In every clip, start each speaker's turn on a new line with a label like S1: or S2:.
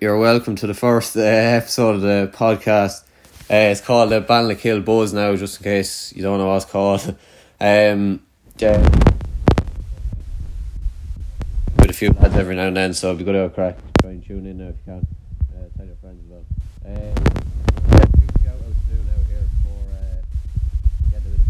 S1: You're welcome to the first uh, episode of the podcast. Uh, it's called the Banlakill Buzz now, just in case you don't know what it's called. Um, yeah. With a few lads every now and then, so it'll be good to crack. Try and tune in now if you can. Uh, tell your friends as well. Um, yeah, big shout out to now here for uh, getting a bit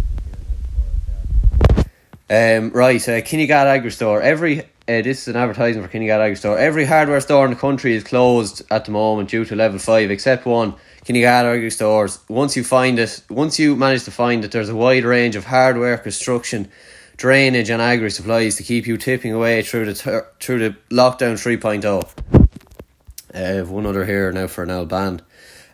S1: of paid advertising here now for uh, our um, right, uh, Kinnegad Agri Store. Every uh, this is an advertising for Kinnegad Agri Store. Every hardware store in the country is closed at the moment due to level five, except one. Kinnegad Agri Stores. Once you find it, once you manage to find it, there's a wide range of hardware, construction, drainage, and agri supplies to keep you tipping away through the ter- through the lockdown oh. 3.0. Uh, I have one other here now for an old band.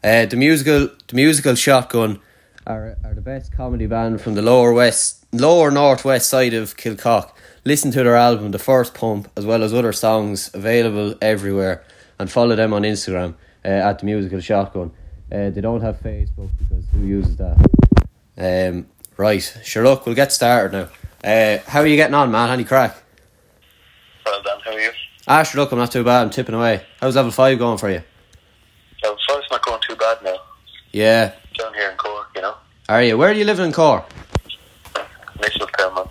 S1: Uh, the musical, the musical Shotgun, are are the best comedy band from the lower west, lower northwest side of Kilcock. Listen to their album, The First Pump, as well as other songs available everywhere, and follow them on Instagram uh, at the musical Shotgun. Uh, they don't have Facebook because who uses that? Um, right, sure. Look, we'll get started now. Uh, how are you getting on, man? Any crack?
S2: Well done, how are you?
S1: Ah, sure. Look, I'm not too bad. I'm tipping away. How's level five going for you?
S2: Well, so it's not going too bad now.
S1: Yeah.
S2: Down here in Cork, you know.
S1: Are you? Where are you living in Cork?
S2: Mitchell Pelman.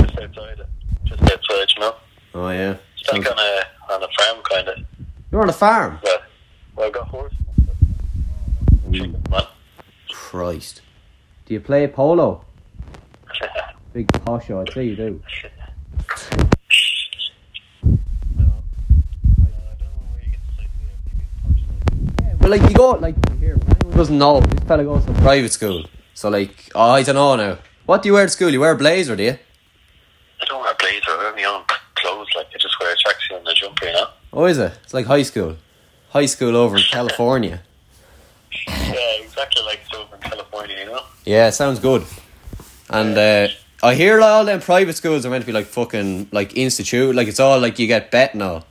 S2: Just outside it. Just outside, you know.
S1: Oh yeah.
S2: It's like on a, on a farm, kind of.
S1: You're on a farm.
S2: Well, well, I got horses and stuff. Chicken, man.
S1: Christ. Do you play polo? Big posho, I'd say you do. But like you go like here, if anyone doesn't know, this fella goes to private school. So like oh, I don't know now. What do you wear to school? You wear a blazer, do you?
S2: I don't wear a blazer, I wear my own clothes, like I just wear a tracksuit and a jumper, you know.
S1: Oh is it? It's like high school. High school over in California.
S2: Yeah, exactly like it's over in California, you know.
S1: Yeah, sounds good. And uh, I hear like, all them private schools are meant to be like fucking like institute, like it's all like you get bet and all.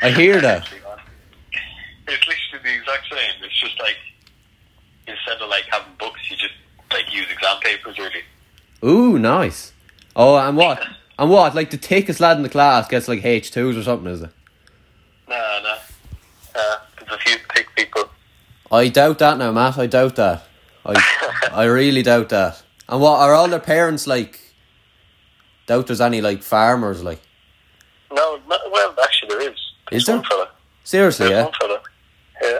S1: I hear that.
S2: It's literally the exact same. It's just like instead of like having books, you just like use exam papers really.
S1: Ooh, nice. Oh, and what? And what? Like the thickest lad in the class gets like H twos or something, is it?
S2: No, no. Uh, there's a few thick people.
S1: I doubt that now, Matt. I doubt that. I I really doubt that. And what are all their parents like? Doubt there's any like farmers like
S2: No, no well, actually there is. There's
S1: Is there?
S2: One fella.
S1: seriously,
S2: There's
S1: yeah.
S2: one fella. Yeah.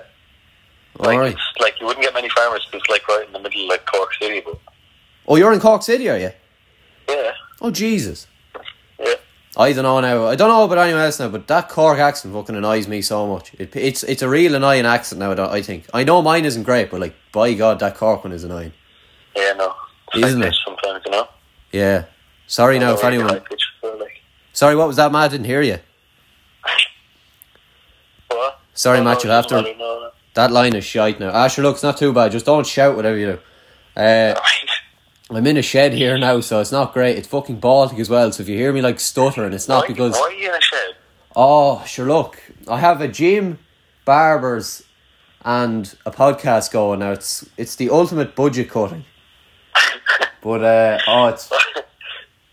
S1: All
S2: Like,
S1: right.
S2: it's, like you wouldn't get many farmers 'cause it's like right in the middle of like Cork City, but
S1: Oh, you're in Cork City, are you?
S2: yeah,
S1: Oh Jesus.
S2: yeah.
S1: I don't know now. I don't know about anyone else now, but that Cork accent fucking annoys me so much. It, it's it's a real annoying accent now. that I think I know mine isn't great, but like by God, that Cork one is annoying.
S2: Yeah, no. It's
S1: Isn't
S2: like
S1: it?
S2: this sometimes, you know?
S1: Yeah. Sorry now
S2: No,
S1: if anyone.
S2: Like, it's, uh, like,
S1: Sorry, what was that, Matt? I didn't hear you.
S2: what?
S1: Sorry,
S2: No,
S1: Matt,
S2: no,
S1: you'll have to-
S2: no, no, no.
S1: That line is shite now. Ah, sure, look, it's not too bad. Just don't shout whatever you do. Uh, I'm in a shed here now, so it's not great. It's fucking Baltic as well, so if you hear me like stuttering, it's not
S2: why,
S1: because.
S2: why are you in a shed?
S1: Oh, sure, look. I have a gym, barbers, and a podcast going now. It's it's the ultimate budget cutting. But, uh, oh, it's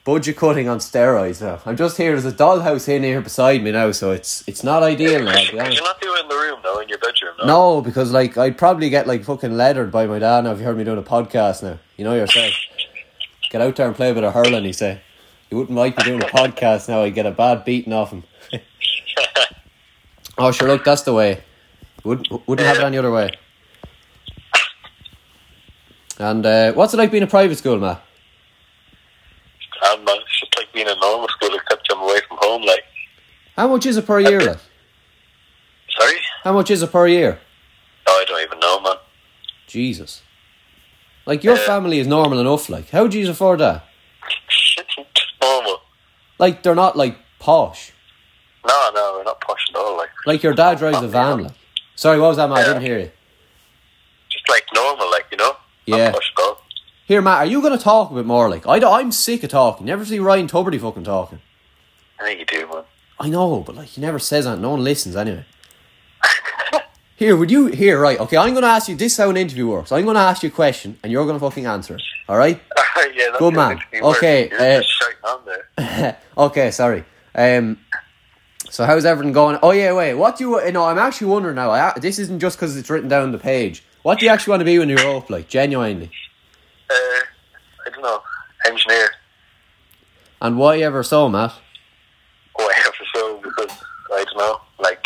S1: budget cutting on steroids now. I'm just here. There's a dollhouse in here beside me now, so it's it's not ideal now, to be
S2: Because
S1: honest.
S2: you're not doing it in the room though, in your bedroom. No.
S1: No, because like I'd probably get like fucking leathered by my dad now if you heard me doing a podcast now. You know yourself. Get out there and play a bit of hurling, he say. You wouldn't like me doing a podcast now, I'd get a bad beating off him. oh sure look, that's the way. Would wouldn't have it any other way. And uh, what's it like being a private school, Matt?
S2: I'm not. Um, It's just like being in normal school, except I'm away from home. Like,
S1: How much is it per year, like?
S2: sorry,
S1: How much is it per year?
S2: no, I don't even know, man.
S1: Jesus. Like your family is normal enough, like. How do you afford that?
S2: just normal.
S1: Like they're not like posh.
S2: No, no, we're not posh at all. Like,
S1: Like your dad drives a van. Like, sorry, what was that, Matt? I didn't hear you.
S2: just like normal, like you know.
S1: Yeah.
S2: Not posh at all.
S1: Here, Matt, are you going to talk a bit more? Like, I, am sick of talking. You never see Ryan Tuberty fucking talking.
S2: I think you do, man.
S1: I know, but like, he never says that. No one listens anyway. here, would you? Here, right? Okay, I'm going to ask you. This is how an interview works. I'm going to ask you a question, and you're going to fucking answer it. All right?
S2: yeah, that's
S1: Good
S2: it,
S1: man.
S2: it's the worst.
S1: Okay,
S2: You're
S1: uh,
S2: just shouting on there.
S1: okay, sorry. Um, So how's everything going? Oh yeah, wait. What do you? You know, I'm actually wondering now. I, this isn't just because it's written down on the page. What do you actually want to be when you're up? Like genuinely,
S2: Uh, I don't know. Engineer.
S1: and why ever so, Matt?
S2: Oh, I have for so because I don't know. Like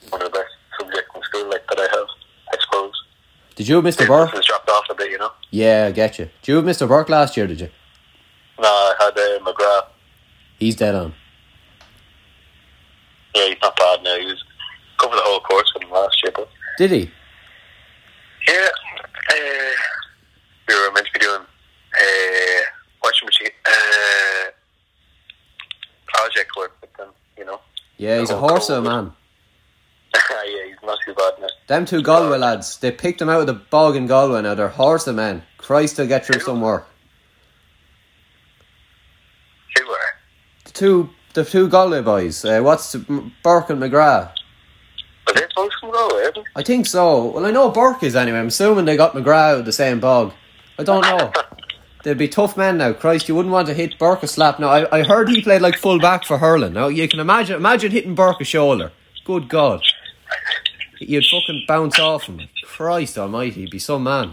S2: it's one of the best subjects in school. Like that I have. I suppose.
S1: Did you have Mr.
S2: Business
S1: Burke?
S2: has dropped off a bit, you know.
S1: Yeah, I get you. Did you have Mr. Burke last year? Did you?
S2: No, I had uh, McGrath.
S1: He's dead on.
S2: Yeah, he's not bad now. He was covered the whole course with him last year, but
S1: Did he?
S2: yeah, uh, we were meant to be doing uh, watching machine uh, project work with them, you know.
S1: Yeah, he's a
S2: Oh,
S1: horse of a
S2: God.
S1: man.
S2: Ah, yeah, he's not too bad now.
S1: Them two Galway lads, they picked them out of the bog in Galway now. They're horse of men. Christ, they'll get through some work.
S2: He were.
S1: The two, the two Galway boys. Uh, what's the- Burke and McGrath?
S2: But they're both from Galway, aren't
S1: I think so. Well, I know Burke is anyway. I'm assuming they got McGrath out of the same bog. I don't know. They'd be tough men now. Christ, you wouldn't want to hit Burke a slap. Now, I, I heard he played like full back for hurling. Now, you can imagine imagine hitting Burke a shoulder. Good God. You'd fucking bounce off him. Christ almighty, he'd be some man.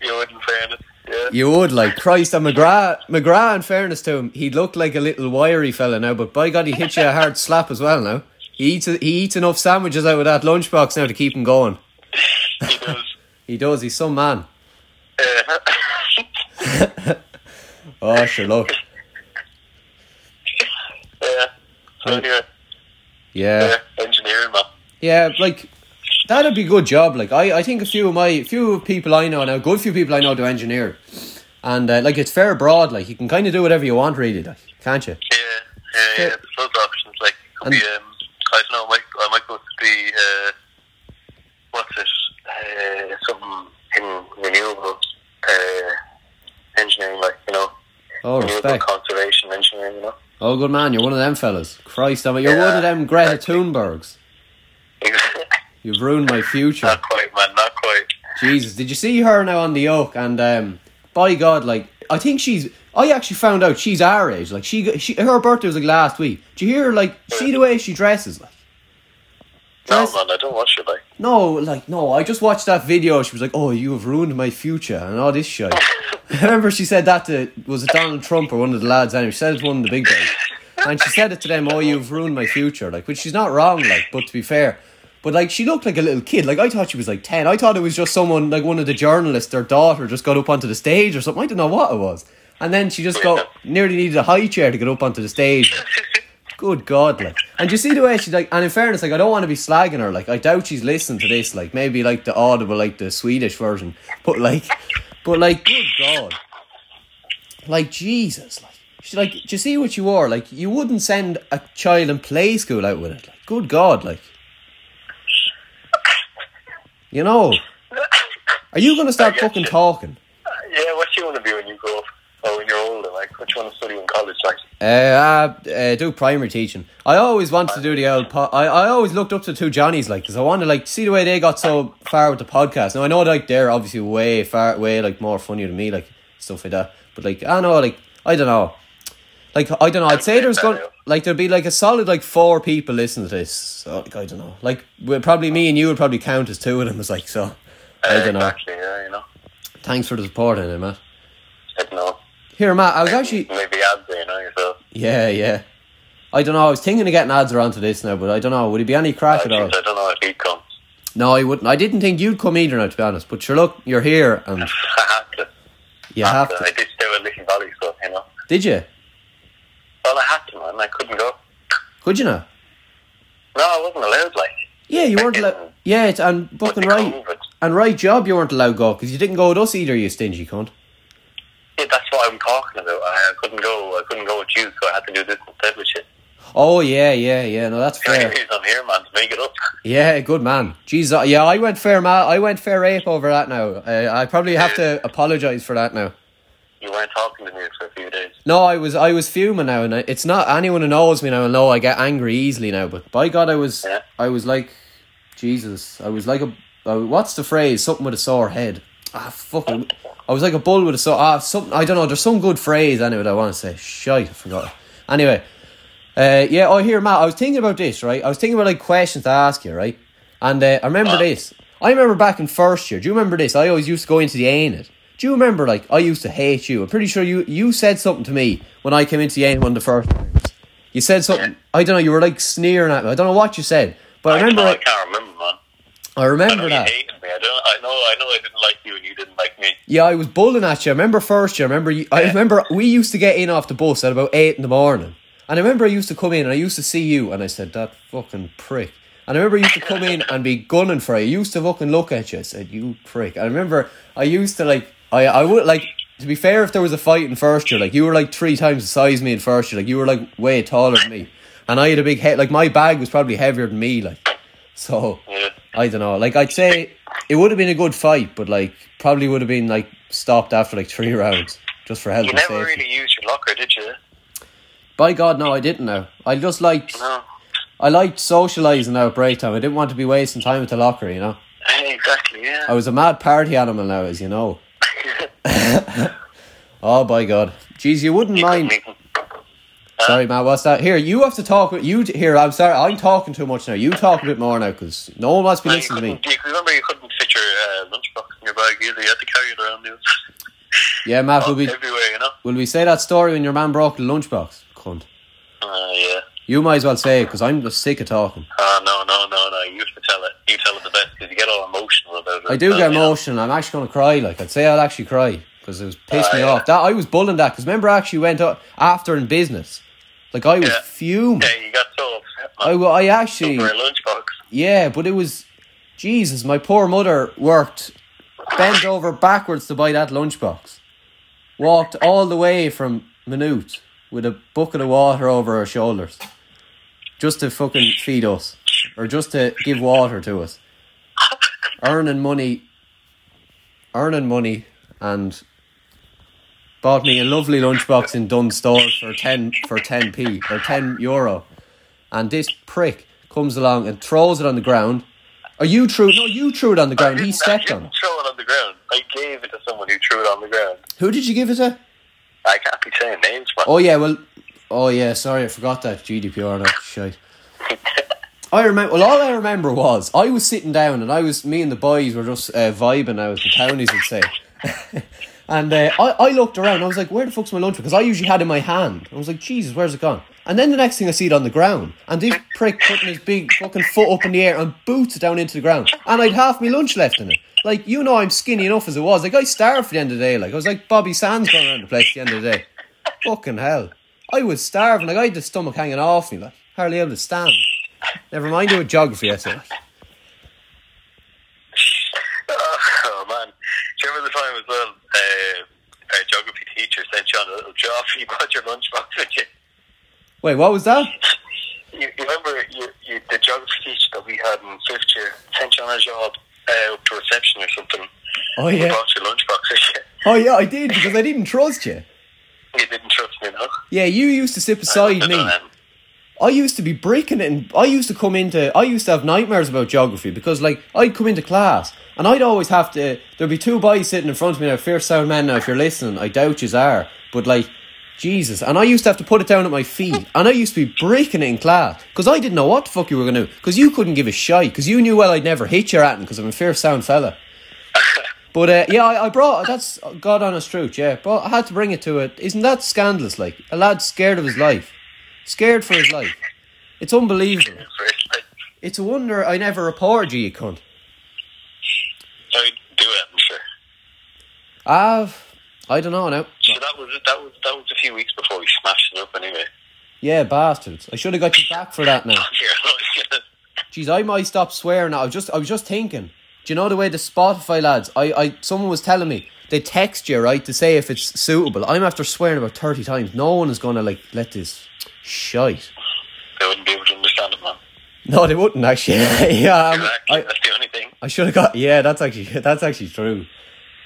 S2: they? You wouldn't say it. Yeah.
S1: You would, like, Christ, and McGrath, McGrath, in fairness to him, he looked like a little wiry fella now, but by God, he hits you a hard slap as well now. He eats, he eats enough sandwiches out of that lunchbox now to keep him going.
S2: He does.
S1: He does, he's some man.
S2: Uh,
S1: Oh, sure, look.
S2: yeah. So anyway,
S1: Yeah.
S2: yeah, engineering man.
S1: Yeah, like that'd be a good job. Like I, I think a few of my few people I know now, a good few people I know do engineer, and uh, like it's fair broad. Like you can kind of do whatever you want, really, like, can't you?
S2: Yeah, yeah,
S1: Yeah.
S2: yeah. There's loads of options. Like, could
S1: And-
S2: be, um, I don't know. I might, I might go to the uh, what's it? Uh, something in renewable uh, engineering, like you know,
S1: Oh,
S2: renewable
S1: respect.
S2: conservation engineering. You know,
S1: Oh, good man, you're one of them fellas. Christ, I'm, you're one of them Greta Thunbergs. You've ruined my future.
S2: not quite, man, not quite.
S1: Jesus, did you see her now on the oak? And um, by God, like I think she's. I actually found out she's our age. Like she, she her birthday was like last week. Do you hear? Like see the way she dresses. Like
S2: No,
S1: Dress-
S2: man, I don't watch it. Like,
S1: No, like no, I just watched that video. She was like, "Oh, you have ruined my future," and all this shit. I remember she said that to was it Donald Trump or one of the lads? Anyway, she said it to one of the big guys, and she said it to them, "Oh, you've ruined my future," like which she's not wrong, like. But to be fair, but like she looked like a little kid. Like I thought she was like ten. I thought it was just someone like one of the journalists, their daughter, just got up onto the stage or something. I don't know what it was, and then she just got nearly needed a high chair to get up onto the stage. Good God, like, and you see the way she like, and in fairness, like, I don't want to be slagging her. Like, I doubt she's listening to this. Like, maybe like the audible, like the Swedish version, but like, but like, good God, like Jesus, like, she like, do you see what you are? Like, you wouldn't send a child in play school out with it. Like, good God, like, you know, are you gonna start
S2: get
S1: fucking
S2: you.
S1: talking?
S2: yeah, what do you want to be when you grow up or when you're older? Like, what do you want to study in college? Like,
S1: Uh, uh, uh, do primary teaching. I always wanted to do the old. Po- I I always looked up to two Johnnies like because I wanted like see the way they got so far with the podcast. Now I know like they're obviously way far way like more funnier than me like stuff like that. But like I know like I don't know, like I don't know. I'd say there's going like there'd be like a solid like four people listening to this. So, like I don't know. Like we're probably me and you would probably count as two of them. It's like so. I
S2: uh,
S1: don't know.
S2: Exactly, yeah, you know.
S1: Thanks for the support, anyway, Matt.
S2: I don't know.
S1: Here, Matt. I was actually
S2: maybe ads, you know yourself.
S1: Yeah, yeah. I don't know. I was thinking of getting ads around to this now, but I don't know. Would it be any
S2: I,
S1: crack at all?
S2: think- I don't know if he'd come.
S1: No, I wouldn't. I didn't think you'd come either now, to be honest. But sure, look, you're here and
S2: I had to.
S1: you have to.
S2: I did stay with Lissy Valley, so you know.
S1: Did you?
S2: Well, I had to, man. I couldn't go.
S1: Could you now?
S2: No, I wasn't allowed. Like,
S1: Yeah, you weren't allowed. Yeah, it's, and fucking right.
S2: COVID.
S1: And right job, you weren't allowed to go because you didn't go with us either, you stingy cunt.
S2: Yeah, that's what I'm talking about. I, I couldn't go. I couldn't go with you, so I had to do this instead with you.
S1: Oh, yeah, yeah, yeah. No, that's
S2: The only
S1: fair.
S2: reason I'm here, man, to make it up.
S1: Yeah, good man. Jeez, uh, yeah, I went fair ma- I went fair ape over that now. Uh, I probably have to apologise for that now.
S2: You weren't talking to me for a few days.
S1: No, I was I was fuming now, and I, it's not anyone who knows me now will know I get angry easily now. But by God, I was
S2: Yeah.
S1: I was like Jesus. I was like a uh, what's the phrase? Something with a sore head. Ah, fucking. I was like a bull with a sore. Ah, something. I don't know. There's some good phrase anyway. That I want to say. Shite, I forgot. Anyway, Uh, yeah, oh, here, Matt, I was thinking about this, right? I was thinking about, like, questions to ask you, right? And uh, I remember this. I remember back in first year. Do you remember this? I always used to go into the ANIT. Do you remember, like, I used to hate you? I'm pretty sure you, you said something to me when I came into the ANIT one of the first times. You said something, I don't know, you were, like, sneering at me. I don't know what you said, but I
S2: I,
S1: remember,
S2: know, I
S1: I,
S2: can't remember, man. I know
S1: remember
S2: you
S1: that.
S2: hated me. I don't. I know. I know. I didn't like you, and you didn't like me.
S1: Yeah, I was bowling at you. I remember first year. I remember. You, I remember we used to get in off the bus at about eight in the morning, and I remember I used to come in and I used to see you, and I said that fucking prick. And I remember I used to come in and be gunning for you. I used to fucking look at you. I said you prick. I remember I used to like. I I would like to be fair. If there was a fight in first year, like you were like three times the size of me in first year. Like you were like way taller than me, and I had a big head. Like my bag was probably heavier than me. Like so.
S2: Yeah.
S1: I don't know. Like I'd say it would have been a good fight, but like probably would have been like stopped after like three rounds just for health
S2: You
S1: and
S2: never
S1: safety.
S2: really used your locker, did you?
S1: By God, no, I didn't know. I just liked
S2: No.
S1: I liked socializing out break time. I didn't want to be wasting time at the locker. You know,
S2: Hey, exactly. Yeah.
S1: I was a mad party animal now, as you know. oh by God, jeez, you wouldn't
S2: You
S1: mind.
S2: couldn't even-
S1: Sorry, Matt. What's that? Here, you have to talk. with You here. I'm sorry. I'm talking too much now. You talk a bit more now, because no one wants to be
S2: No, you
S1: listening to me.
S2: couldn't, you, remember you couldn't fit your uh, lunchbox in your bag either. You had to carry it around you.
S1: Yeah, Matt. Will we
S2: everywhere, you know.
S1: will we say that story when your man broke the lunchbox? Cunt.
S2: Uh, yeah.
S1: You might as well say it because I'm just sick of talking.
S2: Uh, no, no, no, no. You have to tell it. You tell it the best because you get all emotional about it.
S1: I do
S2: Uh,
S1: get
S2: you know.
S1: emotional. I'm actually going to cry. Like I'd say, I'll actually cry because it was pissed
S2: Ah,
S1: me
S2: yeah.
S1: off. That I was bullying that because remember, I actually went up after in business. Like I was
S2: Yeah.
S1: fuming.
S2: Yeah, you got so upset,
S1: I,
S2: man.
S1: wa- I actually
S2: Over a lunchbox.
S1: yeah, but it was Jesus. My poor mother worked bent over backwards to buy that lunchbox. Walked all the way from Minute with a bucket of water over her shoulders, just to fucking feed us, or just to give water to us. Earning money, earning money, and bought me a lovely lunchbox in Dunn Stores for ten for ten p or ten euro. And this prick comes along and throws it on the ground. Are you true? No, you threw it on the
S2: I
S1: ground. He
S2: didn't- I
S1: stepped
S2: didn't
S1: on it.
S2: throw it on the ground. I gave it to someone who threw it on the ground.
S1: Who did you give it to?
S2: I can't be saying names, man.
S1: Oh yeah, well, oh yeah. Sorry, I forgot that GDPR and that shit. I remember. Well, all I remember was I was sitting down and I was me and the boys were just uh, vibing. I was the townies would say, and uh, I I looked around. I was like, where the fuck's my lunch? Because I usually had it in my hand. I was like, Jesus, where's it gone? And then the next thing I see it on the ground, and this prick putting his big fucking foot up in the air and boots it down into the ground, and I'd half my lunch left in it. Like you know, I'm skinny enough as it was. Like I starved for the end of the day. Like I was like Bobby Sands going around the place at the end of the day. Fucking hell. I was starving. Like, I had the stomach hanging off me, like, hardly able to stand. Never mind doing geography essay. Like.
S2: Oh, man. Do you remember the time as well? Uh, our geography teacher sent you on a little job. You bought your lunchbox with you.
S1: Wait, what was that?
S2: You, you remember you, you, the geography teacher that we had in fifth year sent you on a job uh, up to reception or something.
S1: Oh,
S2: You
S1: yeah.
S2: bought your lunchbox with you.
S1: Oh, yeah, I did, because I didn't trust you.
S2: You didn't trust me, no?
S1: Yeah, you used to sit beside me.
S2: I don't know.
S1: I used to be breaking it, and I used to come into. I used to have nightmares about geography because, like, I'd come into class and I'd always have to. There'd be two boys sitting in front of me now. Fierce sound man, now if you're listening, I doubt yous are, but like, Jesus, and I used to have to put it down at my feet, and I used to be breaking it in class because I didn't know what the fuck you were gonna do because you couldn't give a shite because you knew well I'd never hit your at because I'm a fierce sound fella. But uh, yeah, I, I brought that's God honest truth. Yeah, but I had to bring it to it. Isn't that scandalous? Like a lad scared of his life, scared for his life. It's unbelievable.
S2: Seriously.
S1: It's a wonder I never reported you, you cunt.
S2: I do it, I'm sure.
S1: I've, I don't know now.
S2: So that was that was that was a few weeks before we smashed it up anyway.
S1: Yeah, bastards. I should have got you back for that now.
S2: Here, look.
S1: Jeez, I might stop swearing. now. I was just, I was just thinking. Do you know the way the Spotify lads? I, I, someone was telling me they text you right to say if it's suitable. I'm after swearing about thirty times. No one is gonna like let this shite.
S2: they wouldn't be able to understand it, man.
S1: No, they wouldn't actually. yeah, um,
S2: Exactly.
S1: I,
S2: That's the only thing.
S1: I should have got. Yeah, that's actually that's actually true.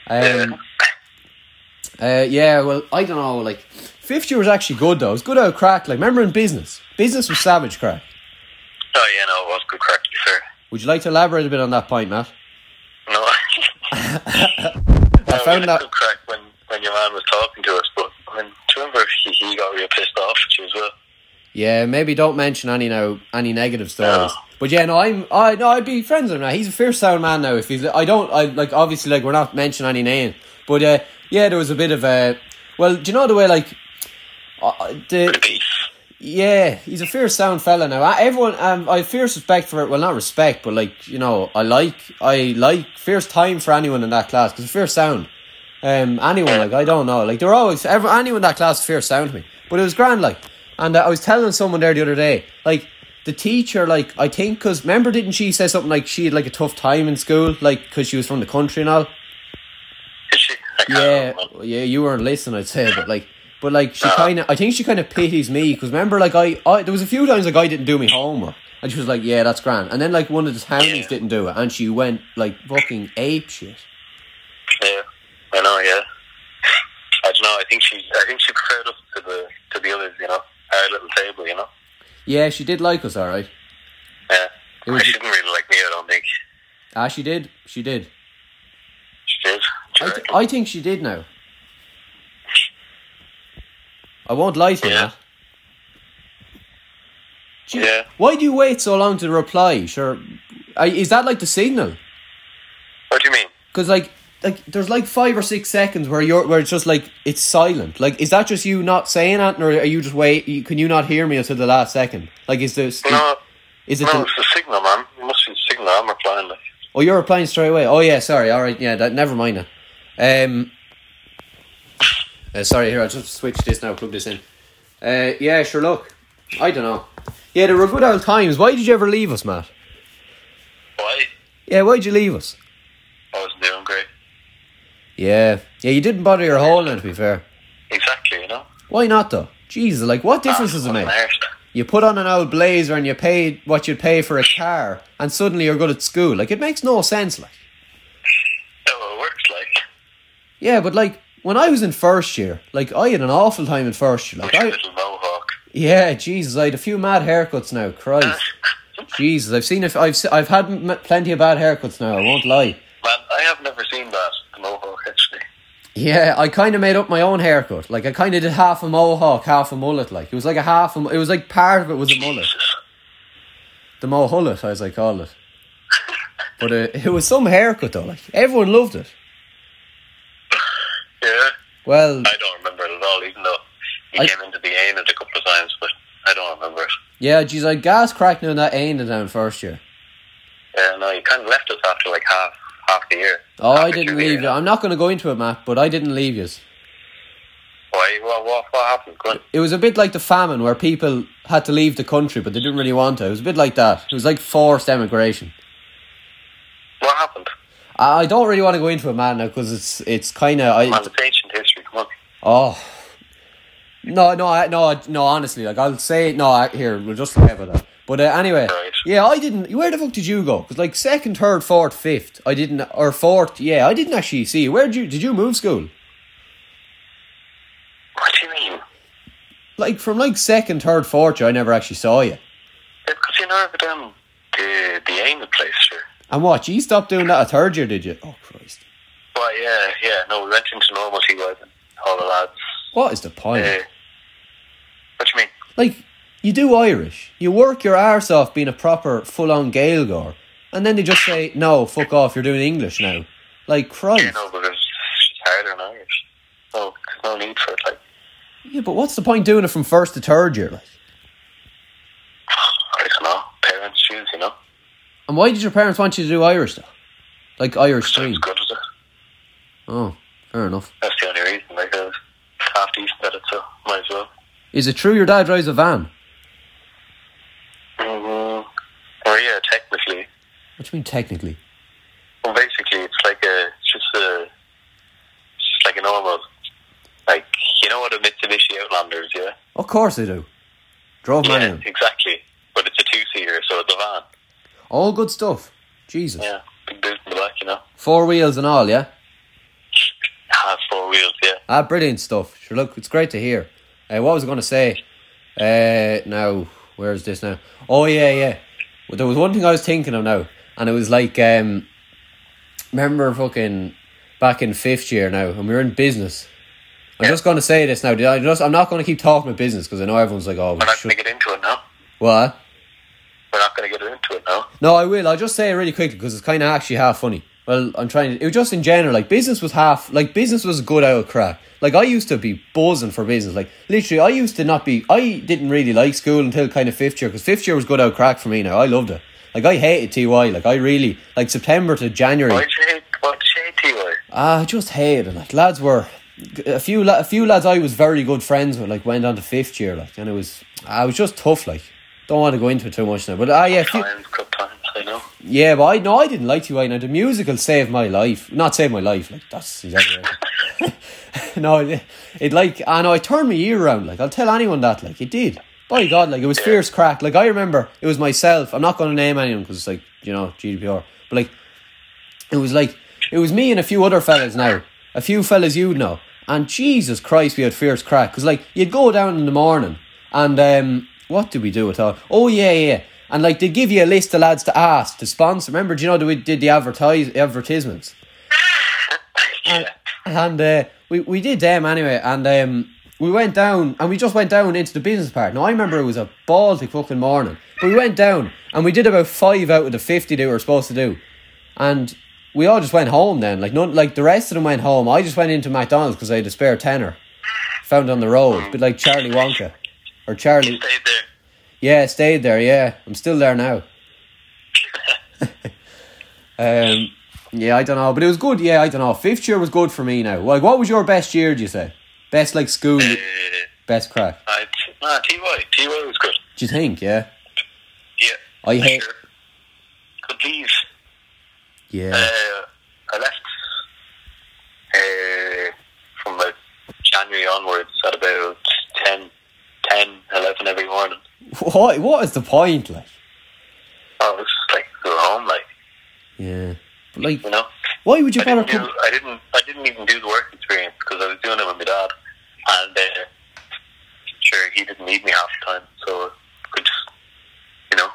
S1: Um, uh, yeah, well, I don't know. Like, fifth year was actually good though. It was good out of crack. Like, remember in business, business was savage crack.
S2: Oh yeah, no, it was good crack to be fair.
S1: Would you like to elaborate a bit on that point, Matt?
S2: No,
S1: I found that.
S2: good crack when when your man was talking to us, but when do you remember he, he got real pissed off at you as well?
S1: Yeah, maybe don't mention any now any negative stories.
S2: No.
S1: But yeah, no, I'm I no, I'd be friends with him now. He's a fierce sound man now. If he's I don't I like obviously like we're not mentioning any name, but uh, yeah, there was a bit of a well, do you know the way like uh, the
S2: Beef.
S1: yeah, he's a fierce sound fella now. I, everyone, um, I have fierce respect for it. Well, not respect, but like you know, I like I like fierce time for anyone in that class because fierce sound. Um, anyone like I don't know, like they're always ever anyone in that class fierce sound to me. But it was grand, like, and uh, I was telling someone there the other day, like the teacher, like I think, cause remember, didn't she say something like she had like a tough time in school, like because she was from the country and all.
S2: Is she? I can't
S1: Yeah,
S2: remember.
S1: yeah, you weren't listening, I'd say, but like, but like,
S2: Uh.
S1: she kind of, I think she kind of pities me because remember, like, I, I, there was a few times like I didn't do my homework, and she was like, "Yeah, that's grand," and then like one of the townies
S2: Yeah.
S1: didn't do it, and she went like fucking ape shit.
S2: Yeah, I know. Yeah, I don't know. I think she, I think she preferred us to the to the others. You know, our little table. You know,
S1: Yeah, she did like us, all right.
S2: yeah.
S1: It was-
S2: she didn't really like me. I don't think
S1: Ah, she did, she did.
S2: she did.
S1: I,
S2: Do you
S1: th-
S2: reckon?
S1: I think she did now. I won't lie to you.
S2: Yeah.
S1: Matt. Do you-
S2: Yeah.
S1: Why do you wait so long to reply? Sure, I, is that like the signal?
S2: what do you mean?
S1: Because like like there's like five or six seconds where you're where it's just like it's silent. Like is that just you not saying it, or are you just wait? you- Can you not hear me until the last second? Like is this
S2: No,
S1: is it?
S2: no,
S1: The,
S2: it's the signal, man. It must be the signal. I'm replying like.
S1: oh, you're replying straight away. Oh yeah, sorry. All right, yeah. That, never mind. That. Um. uh, sorry, here I'll just switch this now. Plug this in. Uh, yeah, sure. Look, I don't know. Yeah, there were good old times. Why did you ever leave us, Matt?
S2: Why?
S1: Yeah, why did you leave us?
S2: I wasn't doing great.
S1: Yeah, yeah. You didn't bother your whole now, to be fair.
S2: Exactly. You know.
S1: Why not though? Jesus, like what difference does it
S2: Ah,
S1: make?
S2: what on earth?
S1: you put on an old blazer and you pay what you'd pay for a car and suddenly you're good at school like it makes no sense like
S2: No, it works like.
S1: yeah but like when i was in first year like i had an awful time in first year
S2: With
S1: like
S2: your
S1: i
S2: little mohawk.
S1: yeah jesus i had a few mad haircuts now christ jesus i've seen if i've se- i've had m- plenty of bad haircuts now i won't lie
S2: Man, I have never seen that, the mohawk, actually.
S1: yeah i kind of made up my own haircut like i kind of did half a mohawk half a mullet like it was like a half a, mu- it was like part of it was a mullet
S2: Jesus.
S1: the mohullet as i call it but uh, it was some haircut though like everyone loved it
S2: Yeah,
S1: well
S2: I don't remember it at all, even though he
S1: I-
S2: came into the anus a couple of times, but I don't remember it.
S1: Yeah, geez, I gas cracked down that ain't down first year.
S2: Yeah, no, he kind of left us after like half half the year.
S1: Oh, I
S2: Halfway
S1: didn't
S2: through the
S1: leave you.
S2: year.
S1: I'm not going to go into it, Matt, but I didn't leave you.
S2: Why? What, what, what happened? Go on.
S1: It was a bit like the famine where people had to leave the country, but they didn't really want to. It was a bit like that. It was like forced emigration.
S2: What happened?
S1: I I don't really want to go into it, Matt, now because it's it's kind of I
S2: Man, it's ancient history. Come on.
S1: oh no no I, no I, no honestly like I'll say no I, here we'll just leave it at. But uh, anyway,
S2: Right.
S1: yeah, I didn't. Where the fuck did you go? Because like second, third, fourth, fifth, I didn't or fourth. Yeah, I didn't actually see. you. Where did you did you move school?
S2: What do you mean?
S1: like from like second, third, fourth year, I never actually saw you.
S2: Yeah, because you know, but, um, the, the anus place, sure.
S1: And what? You stopped doing that a third year, did you? Oh Christ!
S2: Well, yeah, yeah, no, we went into normalty, guys, and all the lads.
S1: What is the point?
S2: Uh, what do you mean?
S1: Like you do Irish, you work your arse off being a proper full-on Gaelgor, and then they just say no, fuck off, you're doing English now. Like Christ!
S2: Yeah, no, because it's harder now. It's, no, there's no need for it. Like,
S1: Yeah, but what's the point doing it from first to third year? Like,
S2: I don't know. Parents choose, you know.
S1: and why did your parents want you to do Irish though? Like Irish three?
S2: Sounds good as it.
S1: Oh, fair enough.
S2: That's the only reason. Like, I was half decent at it, so might as well.
S1: Is it true your dad drives a van?
S2: Mm-hmm. Well, yeah, technically.
S1: What do you mean technically?
S2: Well, basically, it's like a, it's just a, it's just like a normal, like, you know what a Mitsubishi Outlander is, yeah?
S1: Of course they do. Drove my
S2: Yeah,
S1: own.
S2: exactly. But it's a two-seater, so it's a van.
S1: All good stuff. Jesus.
S2: Yeah, big boot in the back, you know.
S1: Four wheels and all, yeah?
S2: Has four wheels, yeah.
S1: Ah, brilliant stuff. Sure, look, it's great to hear. Uh, what was I going to say? Uh, now, where is this now? Oh, yeah, yeah. Well, there was one thing I was thinking of now, and it was like, um, remember fucking back in fifth year now, and we were in business, I'm just going to say this now. I just, I'm not going to keep talking about business because I know everyone's like, oh,
S2: We're
S1: we
S2: not going
S1: should.
S2: to get into it now.
S1: What?
S2: We're not going to get into it now.
S1: No, I will. I'll just say it really quickly because it's kind of actually half funny. Well, I'm trying to. It was just in general, like business was half. Like business was good out crack. Like I used to be buzzing for business. Like literally, I used to not be. I didn't really like school until kind of fifth year because fifth year was good out crack for me. Now I loved it. Like I hated TY. Like I really like September to January.
S2: Why did you hate, what did you hate TY?
S1: Ah, I just hated it. Like lads were a few la- a few lads I was very good friends with. Like went on to fifth year. Like and it was I was just tough. Like don't want to go into it too much now. But ah, yeah, few,
S2: Times, good times, I know.
S1: yeah. But I no, I didn't like you. I know the musical saved my life. Not saved my life. Like that's exactly. Right. no, it, it like I know it turned my year around. Like I'll tell anyone that. Like it did. By God, like it was fierce crack. Like I remember, it was myself. I'm not going to name anyone because it's like you know GDPR. But like it was like it was me and a few other fellas now, a few fellas you'd know, and Jesus Christ, we had fierce crack because like you'd go down in the morning and um, what did we do at all? Oh yeah, yeah, and like they would give you a list of lads to ask to sponsor. Remember, do you know that we did the advertise advertisements? and and uh, we we did them anyway, and um, we went down and we just went down into the business part. Now I remember it was a baltic fucking morning, but we went down and we did about five out of the fifty that we were supposed to do, and we all just went home then. Like none, like the rest of them went home. I just went into McDonald's because I had a spare tenner, found on the road, but like Charlie Wonka, or Charlie.
S2: Stayed there.
S1: Yeah, I stayed there. Yeah, I'm still there now. um, yeah, I don't know, but it was good. Yeah, I don't know. Fifth year was good for me now. Like, what was your best year? Do you say best like school,
S2: Uh,
S1: best crack?
S2: I, nah, TY. TY was good.
S1: Do you think? Yeah,
S2: Yeah.
S1: I Oh,
S2: for
S1: hate.
S2: sure. Could leave.
S1: Yeah,
S2: Uh, I left uh, from like January onwards at about 10, 10, 11 every morning.
S1: what? What is the point? Like,
S2: I was just like, go home, like,
S1: yeah, but like,
S2: you know?
S1: why would you
S2: I
S1: bother?
S2: didn't, do,
S1: Come-
S2: I didn't. I didn't even do the work experience because I was doing it with my dad, and uh, sure he didn't need me half the time, so I could just, you know,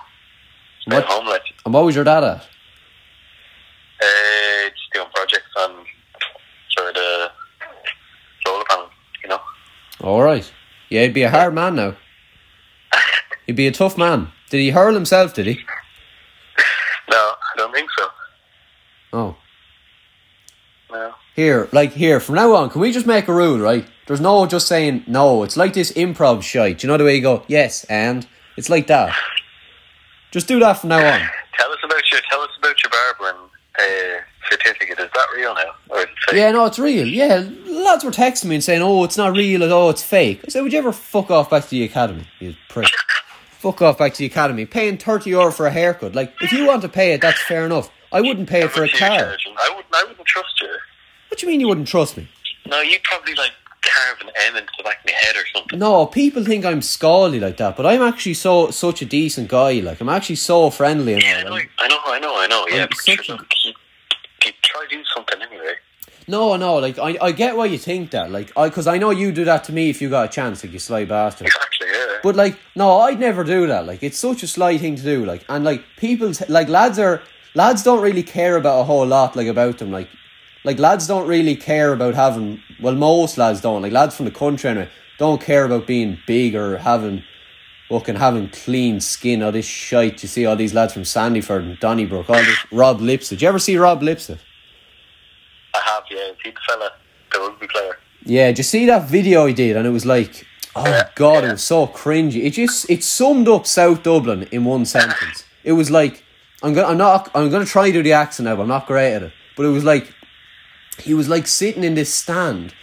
S2: stay
S1: What-
S2: home like
S1: and what was your dad at?
S2: uh, just doing projects on sort of the solar panel, you know.
S1: All right. Yeah, he'd be a hard man now. He'd be a tough man. Did he hurl himself? Did he?
S2: No, I don't think so.
S1: Oh.
S2: No.
S1: Here, like here, from now on, can we just make a rule, right? There's no just saying no. It's like this improv shite. Do you know the way you go, yes, and? It's like that. Just do that from now on.
S2: Tell us about your tell us about your barbering uh, certificate. Is that real now, or is it fake?
S1: Yeah, no, it's real. Yeah, lads were texting me and saying, oh, it's not real at all, it's fake. I said, would you ever fuck off back to the academy, you prick? Fuck off back to the academy. Paying 30 euro for a haircut. Like, if you want to pay it, that's fair enough. I wouldn't pay it for a
S2: How much are you
S1: car.
S2: charging? I wouldn't. I wouldn't trust you.
S1: What do you mean you wouldn't trust me?
S2: No, you probably like carve an M into the back of my head or something.
S1: No, people think I'm scally like that, but I'm actually so such a decent guy. Like I'm actually so friendly and
S2: Yeah, I
S1: all.
S2: know,
S1: I'm-
S2: I know, I know, I know. Yeah,
S1: I'm
S2: but
S1: such
S2: you,
S1: a-
S2: you, you try to do something anyway.
S1: No, no, like I, I get why you think that. Like I, because I know you do that to me if you got a chance, like you sly bastard.
S2: Exactly. Yeah.
S1: But like, no, I'd never do that. Like, it's such a sly thing to do. Like, and like people, t- like lads are lads don't really care about a whole lot. Like about them, like like lads don't really care about having. Well, most lads don't. Like lads from the country anyway don't care about being big or having fucking having clean skin. All this shite you see, all these lads from Sandyford and Donnybrook, all this Rob Lipsett. Did you ever see Rob Lipsett?
S2: I have. Yeah, he's the fella, the rugby player.
S1: Yeah, did you see that video he did? And it was like, oh god, it was so cringy. It just it summed up South Dublin in one sentence. It was like, I'm gonna, I'm not, I'm gonna try to do the accent now. But I'm not great at it, but it was like, he was like sitting in this stand,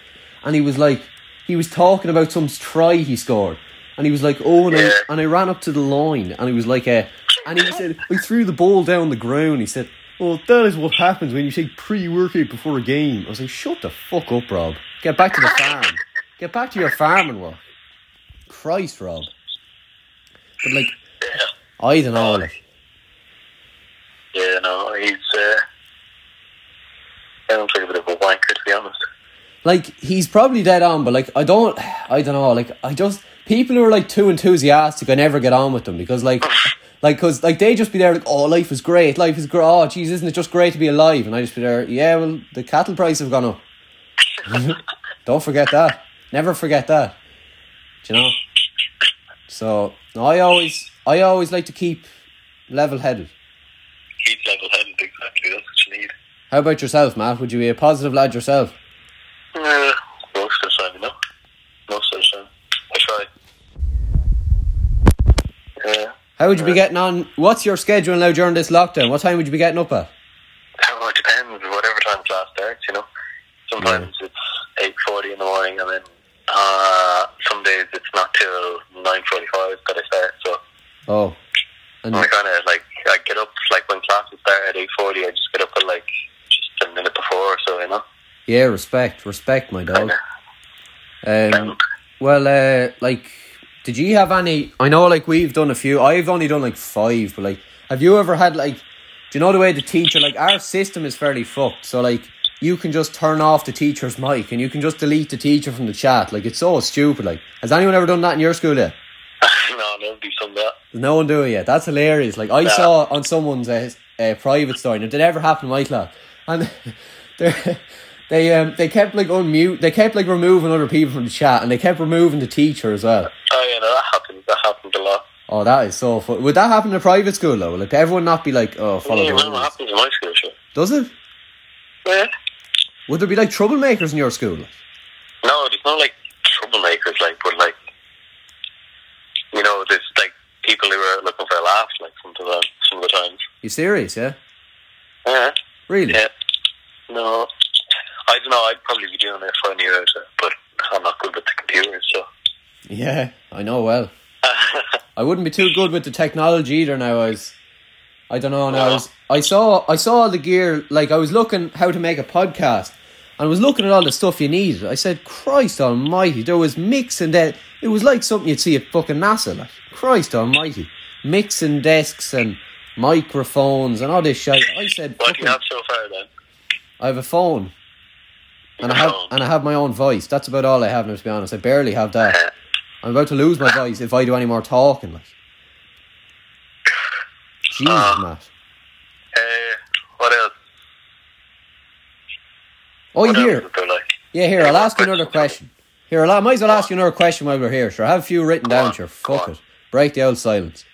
S1: and he was like, he was talking about some try he scored, and he was like, oh, and,
S2: Yeah.
S1: I, and I ran up to the line, and he was like, uh, and he said, we threw the ball down the ground. He said. Well, that is what happens when you take pre-workout before a game. I was like, shut the fuck up, Rob. Get back to the farm. Get back to your farming work. Christ, Rob. But like, I don't know. Like,
S2: Yeah, no, he's. Uh, I don't think a bit of a wanker to be honest.
S1: like he's probably dead on, but like I don't, I don't know. Like I just people who are like too enthusiastic, I never get on with them because like, like because like they just be there like, oh, life is great, life is great. Oh, geez, isn't it just great to be alive? And I just be there, yeah. Well, the cattle price have gone up. don't forget that. Never forget that. Do you know? So no, I always I always like to keep level headed.
S2: Keep level headed, exactly. That's what you need.
S1: How about yourself, Matt? Would you be a positive lad yourself?
S2: Yeah, most of the time, you know. Most of the time. I try. Yeah.
S1: How would you be getting on? What's your schedule now during this lockdown? What time would you be getting up at?
S2: Well, it depends. Whatever time class starts, you know. Sometimes it's eight forty in the morning, and then uh, some days it's not till nine forty-five that I start. So
S1: Oh, and
S2: I kind of like I get up like when classes start at eight forty. I just get up at like just a minute before, so you know.
S1: yeah, respect, respect, my dog.
S2: Kinda.
S1: Um, well, uh, like, did you have any? I know, like, we've done a few. I've only done like five, but like, have you ever had like? Do you know the way the teacher like our system is fairly fucked? So like, you can just turn off the teacher's mic and you can just delete the teacher from the chat. Like, it's so stupid. Like, has anyone ever done that in your school yet?
S2: no, nobody's done that.
S1: No one doing it yet. That's hilarious. Like I
S2: Nah.
S1: saw on someone's uh, uh, private story, and it did ever happen in my class. And they they um they kept like unmute, they kept like removing other people from the chat, and they kept removing the teacher as well.
S2: Oh, yeah, no, that happens. That happens a lot.
S1: Oh, that is so fun. Would that happen in a private school though? Like everyone not be like, oh, follow
S2: Yeah,
S1: the
S2: well, it
S1: rules.
S2: happens in my school, sure.
S1: Does it?
S2: Yeah.
S1: Would there be like troublemakers in your school?
S2: No, there's no like troublemakers, like, but like, you know, there's like people who are looking for a laugh, like some of the some of the times.
S1: You serious? Yeah,
S2: Yeah,
S1: really?
S2: yeah. No, I don't know. I'd probably be doing it if I knew how to, but I'm not good with the computer, so.
S1: Yeah, I know well. I wouldn't be too good with the technology either now. I was, I don't know. Now I, was, I saw, I saw all the gear. Like I was looking how to make a podcast, and I was looking at all the stuff you needed. I said, "Christ Almighty!" There was mixing that. It was like something you'd see at fucking NASA. Like Christ Almighty, mixing desks and microphones and all this shit. I said,
S2: what do
S1: fucking-
S2: you have so far then?
S1: I have a phone. And I have
S2: Oh.
S1: and I have my own voice. That's about all I have now to be honest. I barely have
S2: Uh,
S1: that. I'm about to lose my voice if I do any more talking like. Jesus
S2: Ah.
S1: Matt.
S2: Uh, what else?
S1: Oh
S2: what
S1: here.
S2: else is there like?
S1: Yeah, here, I'll
S2: Any more
S1: ask you another question.
S2: questions?
S1: Here, I'll, I might as well ask you another question while we're here. Sure, I have a few written down,
S2: on,
S1: sure.
S2: go
S1: Fuck
S2: on.
S1: it. Break the old silence.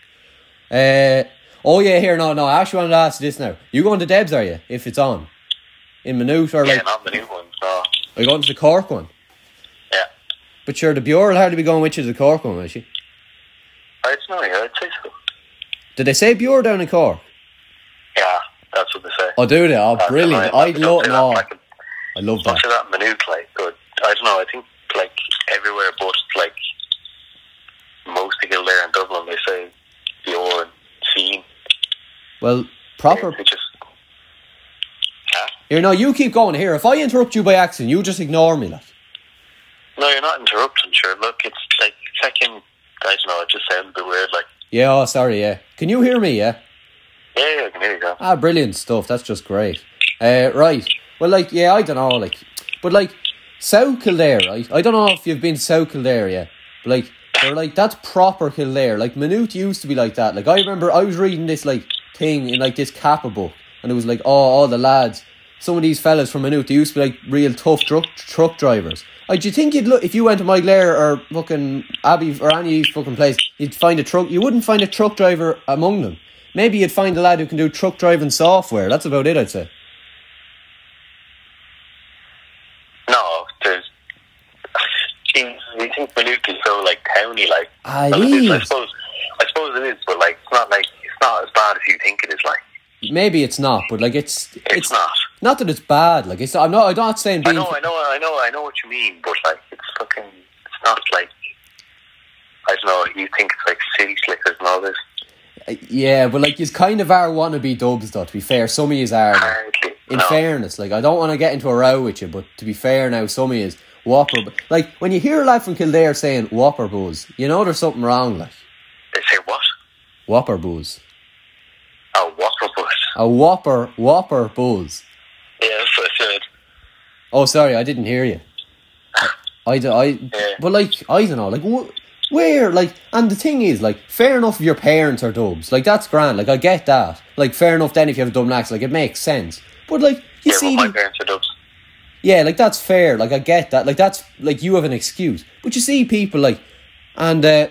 S1: Uh, oh, yeah, here, no, no. I actually wanted to ask you this now. You going to Debs, are you? If it's on? In Minute or
S2: Yeah,
S1: like.
S2: not the new ones. No.
S1: Are you going to the Cork one?
S2: Yeah.
S1: But sure, the Bureau will hardly be going with you to the Cork one, will she?
S2: I don't know. Yeah, I'd say so.
S1: Did they say Bure down in Cork?
S2: Yeah, that's what they say.
S1: Oh, do they? Oh,
S2: That's
S1: brilliant.
S2: annoying.
S1: I'd love
S2: Don't do
S1: no.
S2: that. Like,
S1: I love
S2: Much
S1: that.
S2: of that minute, like, but I don't know. I think like everywhere, but like most of Kildare and Dublin, they say Bjorn, Sheen,
S1: Well, proper.
S2: They just yeah.
S1: Here, no, you keep going here. If I interrupt you by accident, you just ignore me, like.
S2: No, you're not interrupting. Sure, look, it's like second. I don't know. It just sounds a bit weird. Like,
S1: Yeah, oh, sorry, yeah. Can you hear me, yeah?
S2: yeah, yeah, I can hear you go.
S1: Ah, brilliant stuff. That's just great. Uh, right. Well, like, yeah, I don't know, like, but like, South Kildare, right? I don't know if you've been to South Kildare yet, but like, they're like that's proper Kildare. Like, Minute used to be like that. Like, I remember I was reading this like thing in like this Kappa book, and it was like, oh, all the lads, some of these fellas from Minute, they used to be like real tough truck truck drivers. Like, do you think you'd look if you went to my Glare or fucking Abbey or any fucking place, you'd find a truck? You wouldn't find a truck driver among them. Maybe you'd find a lad who can do truck driving software. That's about it, I'd say.
S2: No, there's. Jeez, we think minute is so like towny, like.
S1: Ah, it
S2: Well, it is, I
S1: is.
S2: suppose. I suppose it is, but like, it's not like it's not as bad as you think it is. Like,
S1: Maybe it's not, but like it's
S2: it's, not.
S1: Not that it's bad. Like it's. I'm not. I'm not saying
S2: I
S1: being.
S2: know, I know, I know, I know what you mean, but like, it's fucking, it's not like, I don't know, you think it's like city slickers and all this.
S1: Yeah, but like you kind of are wannabe dubs, though. To be fair, some of yous are. like.
S2: Apparently.
S1: In
S2: no.
S1: fairness, like I don't want to get into a row with you, but to be fair now, some of yous Whopper. bu- Like when you hear a lad from Kildare saying Whopper booze, you know there's something wrong. Like
S2: They say what?
S1: Whopper booze,
S2: Oh, waffle bus.
S1: a Whopper Whopper booze.
S2: Yeah, that's what I said.
S1: Oh, sorry, I didn't hear you. I, d- I-
S2: Yeah.
S1: but like, I don't know, like, wh- where, like, and the thing is, like, fair enough if your parents are dubs, like, that's grand, like, I get that. Like, fair enough then if you have a dumb accent, like, it makes sense. But, like, you
S2: yeah,
S1: see,
S2: well, my
S1: the-
S2: parents are dubs.
S1: Yeah, like that's fair. Like I get that. Like that's like you have an excuse. But you see people like, and uh,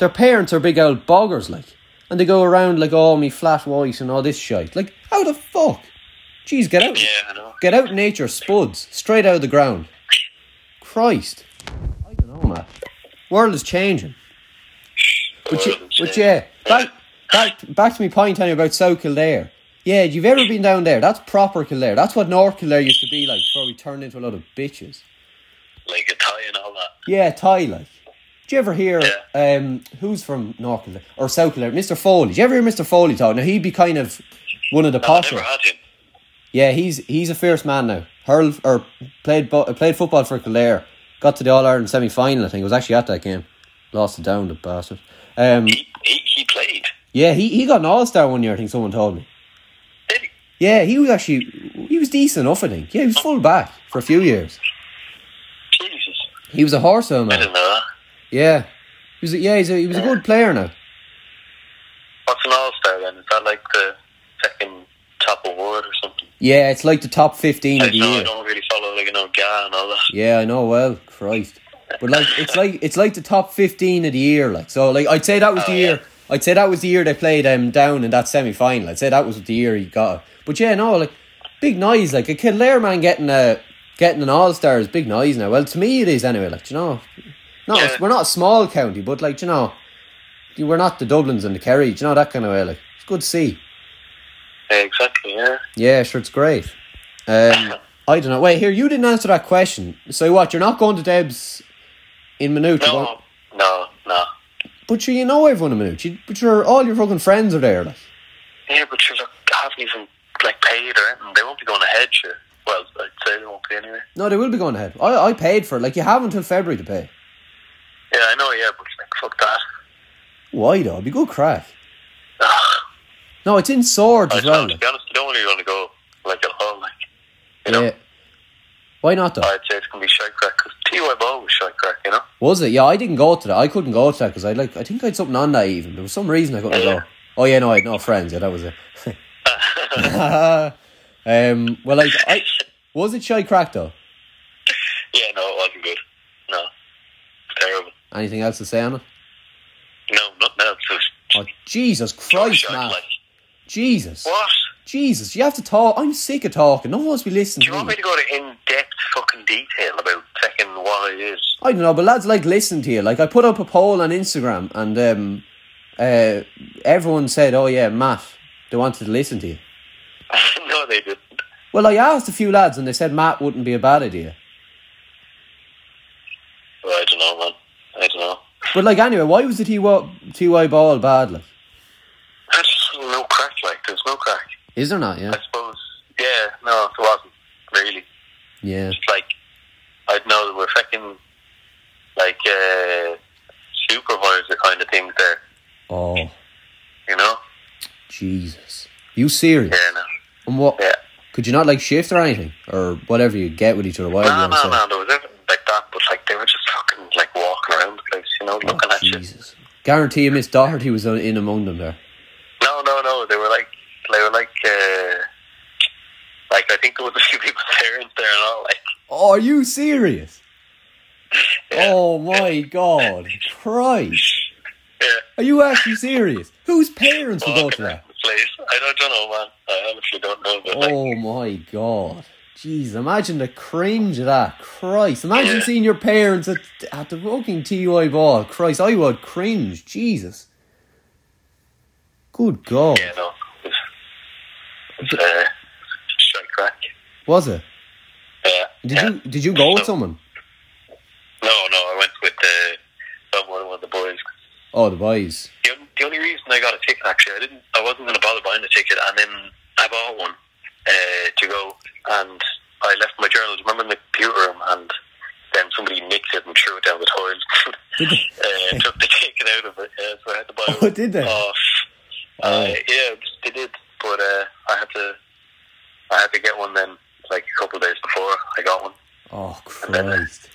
S1: their parents are big old boggers like, and they go around like, oh me flat white and all this shit. Like how the fuck? Jeez, get out,
S2: Yeah, I know.
S1: get out, nature spuds straight out of the ground. Christ, I don't know, man. World is changing. But, you, but yeah, back, back, back to my point, Tony, about South Kildare. Yeah, you've ever been down there? That's proper Kildare. That's what North Kildare used to be like before we turned into a lot of bitches.
S2: Like a tie and all that.
S1: Yeah, Ty, like. Did you ever hear um, who's from North Kildare or South Kildare? Mr. Foley. Did you ever hear Mr. Foley talk? Now, he'd be kind of one of the
S2: I
S1: posher.
S2: never had him.
S1: Yeah, he's he's a fierce man now. Hurl or played bo- uh, played football for Kildare. Got to the All Ireland semi final. I think it was actually at that game. Lost it down the bastard. Um,
S2: He, he, he played.
S1: yeah, he, he got an All Star one year. I think someone told me.
S2: Did he?
S1: Yeah, he was actually he was decent enough. I think. Yeah, he was full back for a few years.
S2: Jesus.
S1: He was a horse though,
S2: I
S1: man.
S2: didn't know that.
S1: Yeah, he was. A, yeah, he's a, he was a good player now.
S2: What's an all star then? Is that like the second top award or something?
S1: Yeah, it's like the top fifteen
S2: I,
S1: of the
S2: don't know, I
S1: year.
S2: don't really follow like an know Ga and all that.
S1: Yeah, I know. Well, Christ, but like it's like it's like the top fifteen of the year. Like so, like I'd say that was the
S2: Oh,
S1: year.
S2: yeah.
S1: I'd say that was the year they played um down in that semi final. I'd say that was the year he got. it. But yeah, no, like big noise. Like a Kildare man getting a getting an All Star is big noise now. Well, to me it is anyway. Like do you know, no,
S2: Yeah.
S1: we're not a small county, but like do you know, we're not the Dublins and the Kerry. do you know that kind of way? Like it's good to see.
S2: Yeah, exactly, yeah.
S1: Yeah, sure, it's great. Um, I don't know. Wait, here, you didn't answer that question. So what? You're not going to Deb's in Minute, you
S2: No,
S1: won't-
S2: no, no.
S1: but you, you know everyone in Minute. You, but your all your fucking friends are there. Like.
S2: Yeah, but you look, haven't even like paid or anything. They won't be going ahead, sure. Well, I'd say they won't be anyway.
S1: No, they will be going ahead. I, I paid for it. Like you have until February to pay.
S2: Yeah, I know, yeah, but like, fuck that.
S1: Why though? It'd be good crack.
S2: Ugh.
S1: No, it's in Swords
S2: I
S1: as
S2: don't, know,
S1: well.
S2: to
S1: like.
S2: be honest, I don't really want to go like at all. Like, you know,
S1: Yeah. Why not though?
S2: I'd say it's gonna be shy crack because TY Ball was shy crack, you know.
S1: Was it? Yeah, I didn't go to that. I couldn't go to that because I like. I think I had something on that even. There was some reason I couldn't
S2: Yeah.
S1: go. Oh yeah, no, I had no friends. Yeah, that was it. um, well, like, I was it shy crack though.
S2: Yeah, no, it wasn't good. No, it's terrible.
S1: Anything else to say on it?
S2: No, nothing else. It was
S1: Oh, Jesus Christ,
S2: shy,
S1: man!
S2: like,
S1: Jesus,
S2: what?
S1: Jesus, you have to talk. I'm sick of talking. No one wants to be listening.
S2: Do you
S1: to
S2: want
S1: me.
S2: me to go to in depth fucking detail about second what it is?
S1: I don't know, but lads like listen to you. Like I put up a poll on Instagram, and um, uh, everyone said, "Oh yeah, Matt," they wanted to listen to you.
S2: no, they didn't.
S1: Well, I asked a few lads, and they said Matt wouldn't be a bad idea.
S2: Well, I don't know, man. I don't know.
S1: But like anyway, why was the Ty Ty ball bad? Like,
S2: There's just no crack, like there's no crack.
S1: is there not? Yeah,
S2: I suppose. Yeah, no, there wasn't really.
S1: yeah.
S2: It's like I don't know they were fucking like uh, supervisor kind of things there,
S1: Oh,
S2: you know?
S1: Jesus, you serious?
S2: Yeah, no,
S1: And what?
S2: yeah.
S1: Could you not like shift or anything or whatever you get with each other? Whatever
S2: No,
S1: you want to
S2: no,
S1: say.
S2: no, there was everything like that, but like they were just fucking like walking around the place, you know,
S1: Oh,
S2: looking at you.
S1: Jesus. Guarantee you Miss Doherty was on- in among them there.
S2: No, no, no, they were like they were like uh, like I think there was a few people's parents there and all like
S1: Oh, are you serious?
S2: Yeah.
S1: Oh my god. Christ.
S2: yeah,
S1: Are you actually serious? Whose parents would go to
S2: walking around
S1: that?
S2: the place. I don't, don't know, man. I honestly don't know, but like
S1: Oh my god. Jeez, imagine the cringe of that. Christ. Imagine
S2: Yeah.
S1: seeing your parents at, at the fucking TUI ball. Christ, I would cringe. Jesus. Good God.
S2: yeah, no, it's, it's uh, shite crack.
S1: Was it?
S2: Yeah.
S1: Did
S2: yeah.
S1: you did you go with
S2: No.
S1: someone?
S2: No, no, I went with uh, someone, one of the boys.
S1: Oh, the boys.
S2: The, on- the only reason I got a ticket, actually, I didn't, I wasn't going to bother buying a ticket, and then I bought one uh, to go, and I left my journals, remember, in the computer room, and then somebody nicked it and threw it down the toilet.
S1: Did they?
S2: uh, took the ticket out of it, yeah, so I had to buy
S1: Oh, did they?
S2: off.
S1: Oh.
S2: Uh, yeah, they did, but uh, I had to, I had to get one then, like a couple of days before I got one.
S1: Oh Christ!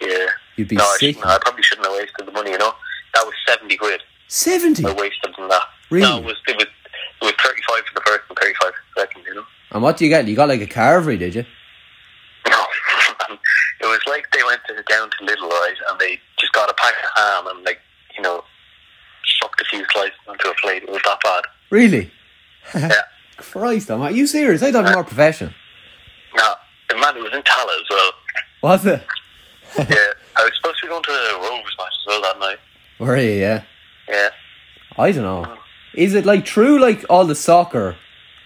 S2: Yeah.
S1: You'd be
S2: no, I,
S1: sick.
S2: shouldn't- I probably shouldn't have wasted the money, you know. That was 70 quid.
S1: Seventy.
S2: I wasted on that.
S1: Really?
S2: No, it was, it was, it was 35 for the first and 35 for the second, you know.
S1: And what do you get? You got like a carvery, did you?
S2: No, sliced into a plate. It was that bad.
S1: Really? Uh-huh.
S2: yeah.
S1: Christ, am I? Are you serious? I thought it was more professional.
S2: Now, the man who was in Tala as well.
S1: Was it?
S2: yeah. I was supposed to be going to the Rovers match as well that night.
S1: Were you? Yeah.
S2: Yeah.
S1: I don't know. Is it like true? Like all the soccer?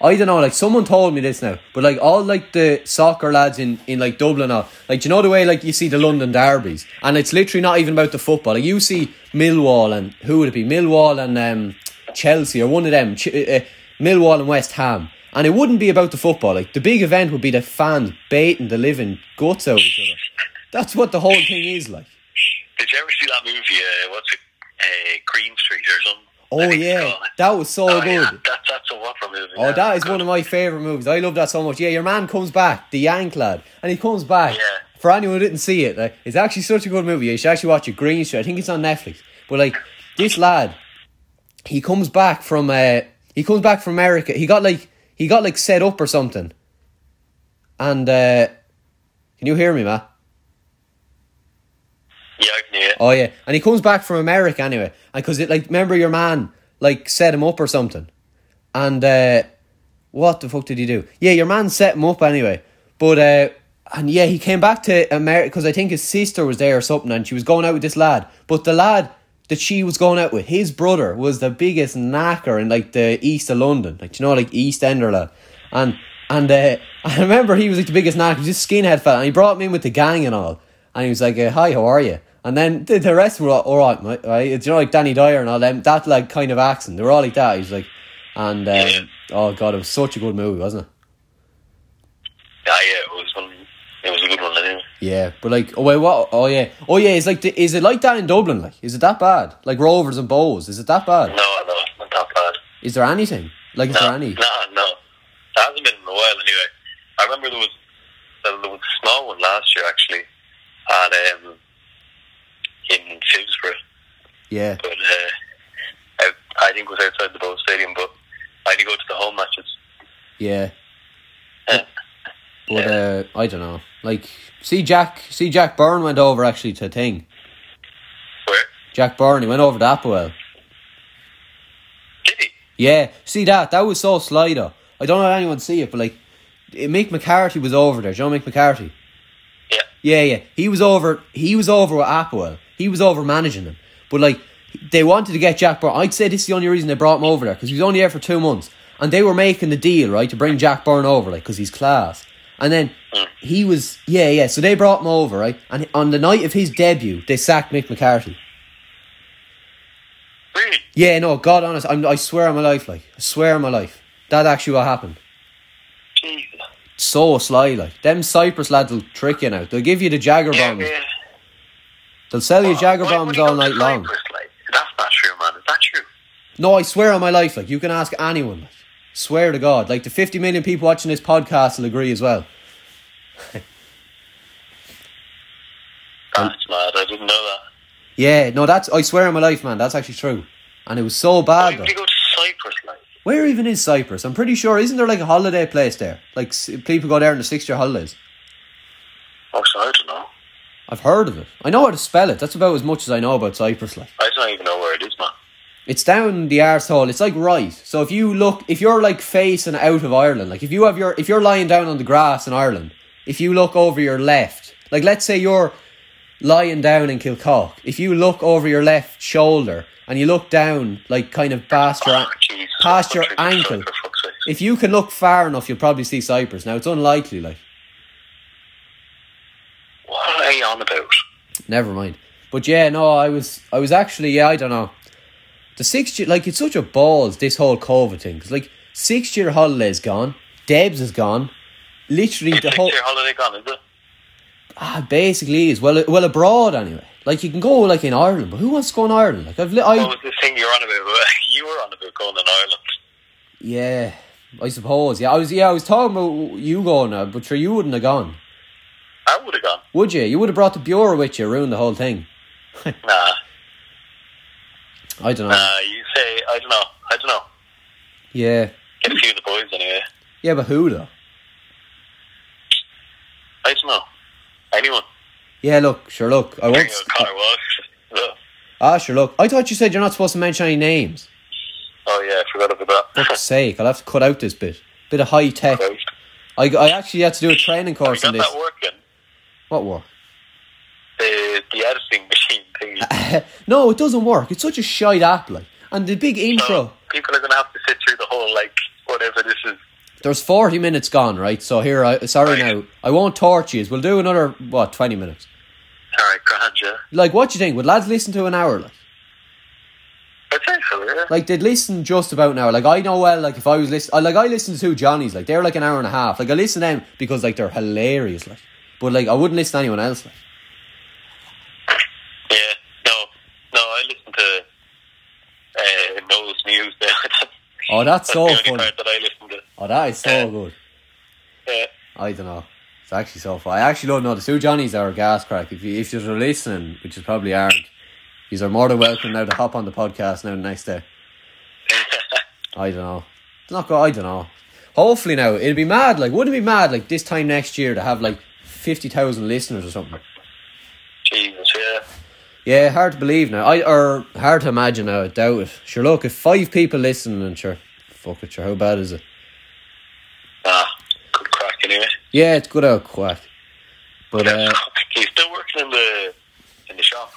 S1: I don't know. Like someone told me this now, but like all like the soccer lads in in like Dublin, are, like do you know the way like you see the London derbies, and it's literally not even about the football. Like you see Millwall and who would it be? Millwall and um, Chelsea or one of them. Ch- uh, uh, Millwall and West Ham, and it wouldn't be about the football. Like the big event would be the fans baiting the living guts out of each other. That's what the whole thing is like.
S2: Did you ever see that movie? Uh, what's it? Uh, Green Street or something? I
S1: Oh
S2: think it's
S1: yeah,
S2: called.
S1: that was so
S2: Oh,
S1: good.
S2: yeah, that, that's a whopper movie.
S1: Oh, that is one of my favourite movies. I love that so much. Yeah, your man comes back, the Yank lad, and he comes back.
S2: Yeah.
S1: For anyone who didn't see it, like, it's actually such a good movie. You should actually watch it. Green Street. I think it's on Netflix. But like this lad, he comes back from uh, he comes back from America. He got like he got like set up or something. And uh, can you hear me, Matt?
S2: Yeah, I can hear it.
S1: Oh yeah, and he comes back from America anyway, because it like remember your man like set him up or something, and uh, what the fuck did he do? Yeah, your man set him up anyway, but uh, and yeah, he came back to America because I think his sister was there or something, and she was going out with this lad, but the lad that she was going out with, his brother was the biggest knacker in like the east of London, like do you know, like East Ender lad, and. And uh, I remember he was like the biggest knack, he was just skinhead fella, and he brought me in with the gang and all. And he was like, uh, "Hi, how are you?" And then the, the rest were all, all right, mate. Right? It's you know like Danny Dyer and all them. That like kind of accent. They were all like that. He was like, and um,
S2: Yeah.
S1: oh god, it was such a good movie, wasn't it?
S2: Yeah, yeah, it was one. It was a good one. Anyway.
S1: Yeah, but like, oh wait, what? Oh yeah, oh yeah. It's like, the, is it like that in Dublin? Like, is it that bad? Like Rovers and Bows, is it that
S2: No,
S1: bad?
S2: no, it's not that bad.
S1: Is there anything? Like, is
S2: No,
S1: there any?
S2: no, no. It hasn't been in a while anyway. I remember there was uh, there was a small one last year actually, and um, in Finsbury,
S1: Yeah,
S2: but uh, I, I think it was outside the Bow Stadium. But I had to go to the home matches.
S1: yeah.
S2: Yeah.
S1: But uh, I don't know. Like, see Jack, see Jack Byrne went over actually to thing.
S2: Where
S1: Jack Byrne, he went over to Applewell.
S2: did he?
S1: Yeah, see that? That was so sly though. I don't know if anyone see it, but like, it- Mick McCarthy was over there. Do you know Mick McCarthy?
S2: Yeah,
S1: Yeah, yeah. He was over. He was over with Applewell. He was over managing them. But like, they wanted to get Jack Byrne. I'd say this is the only reason they brought him over there because he was only there for two months, and they were making the deal right to bring Jack Byrne over, like, because he's class. And then he was, yeah, yeah. So they brought him over, right? And on the night of his debut, they sacked Mick McCarthy.
S2: really?
S1: Yeah, no, God honest, I'm, I swear on my life, like, I swear on my life, that actually what happened.
S2: Jesus.
S1: so sly like them Cyprus lads will trick you now they'll give you the Jagger bombs they'll sell you Jagger
S2: Why would
S1: bombs
S2: he go
S1: all
S2: to
S1: night long
S2: Cyprus, like? That's not true, man. Is that true?
S1: no I swear on my life like you can ask anyone like, swear to God like the 50 million people watching this podcast will agree as well
S2: That's mad. I didn't know that.
S1: yeah no that's I swear on my life man that's actually true and it was so
S2: Why
S1: bad
S2: would he
S1: though.
S2: go to Cyprus, like?
S1: where even is Cyprus I'm pretty sure isn't there like a holiday place there like s- people go there on the 6 year holidays
S2: Oh, so I don't know.
S1: I've heard of it I know how to spell it that's about as much as I know about Cyprus like
S2: I don't even know where it is, man.
S1: It's down the arsehole. It's like right. So if you look, if you're like facing out of Ireland, like if you have your, if you're lying down on the grass in Ireland, if you look over your left, like let's say you're lying down in Kilcock, if you look over your left shoulder and you look down, like kind of past your,
S2: Oh, Jesus,
S1: past your
S2: what country is
S1: ankle,
S2: Cyprus, for fuck's sake?
S1: if you can look far enough, you'll probably see Cyprus. Now it's unlikely, like
S2: What are you on about?
S1: never mind. But yeah, no, I was, I was actually, yeah, I don't know. The six year, like, it's such a balls, this whole COVID thing. 'Cause, like, six year holiday's gone. Debs is gone. Literally, the
S2: Six
S1: whole.
S2: year holiday gone, is it?
S1: Ah, basically, is. Well, well, abroad, anyway. Like, you can go, like, in Ireland, but who wants to go in Ireland? Like, I've. Li-
S2: What
S1: I,
S2: was this thing you're on about? You were on about going in Ireland.
S1: yeah, I suppose. Yeah, I was, yeah, I was talking about you going now, but sure, you wouldn't have gone.
S2: I would have gone.
S1: Would you? You would have brought the Bureau with you, ruined the whole thing.
S2: Nah,
S1: I don't know.
S2: nah. Uh, You say I don't know. I don't know.
S1: Yeah.
S2: Get a few of the boys anyway.
S1: Yeah, but who, though?
S2: I don't know. Anyone?
S1: Yeah, look, sure, look. I
S2: Bring
S1: won't.
S2: out Connor Walsh. Look,
S1: Ah, sure. Look, I thought you said you're not supposed to mention any names.
S2: Oh yeah, I forgot about
S1: Fuck's
S2: that.
S1: sake, I'll have to cut out this bit. Bit of high tech.
S2: Right.
S1: I, I actually had to do a training
S2: We
S1: course
S2: got
S1: on this.
S2: that working.
S1: What work?
S2: The the editing machine
S1: Uh,
S2: thingy.
S1: no, it doesn't work. It's such a shite app, like. And the big intro.
S2: So people are gonna have to sit through the whole like whatever this is.
S1: There's 40 minutes gone, right? So here, I sorry
S2: Right.
S1: now. I won't torture you. We'll do another, what, 20 minutes.
S2: All right, grand, yeah.
S1: Like, what do you think? Would lads listen to an hour? Like,
S2: I'd say so, yeah.
S1: like they'd listen just about an hour. Like, I know well, like, if I was listening, like, I listen to two Johnnies, like, they're like an hour and a half. Like, I listen to them because, like, they're hilarious, like. But, like, I wouldn't listen to anyone else, like.
S2: Yeah, no, no. I listen to uh, Knowles News now.
S1: Oh, that's so
S2: the only
S1: funny.
S2: part that I listen to.
S1: Oh, that is so
S2: Yeah.
S1: good.
S2: Yeah,
S1: I don't know. It's actually so far. I actually don't know. The two Johnnies are a gas crack. If you if you're listening, which you probably aren't, you are more than welcome now to hop on the podcast now the next day. I don't know. It's not good. I don't know. Hopefully now it'd be mad. Like wouldn't it be mad like this time next year to have like fifty thousand listeners or something.
S2: Jesus, yeah.
S1: Yeah, hard to believe now. I or hard to imagine now. I doubt it. Sure, look if five people listen and sure, fuck it. Sure, how bad is it?
S2: Ah, good crack anyway.
S1: Yeah, it's good out quack. But uh,
S2: He's still working in the in the shop.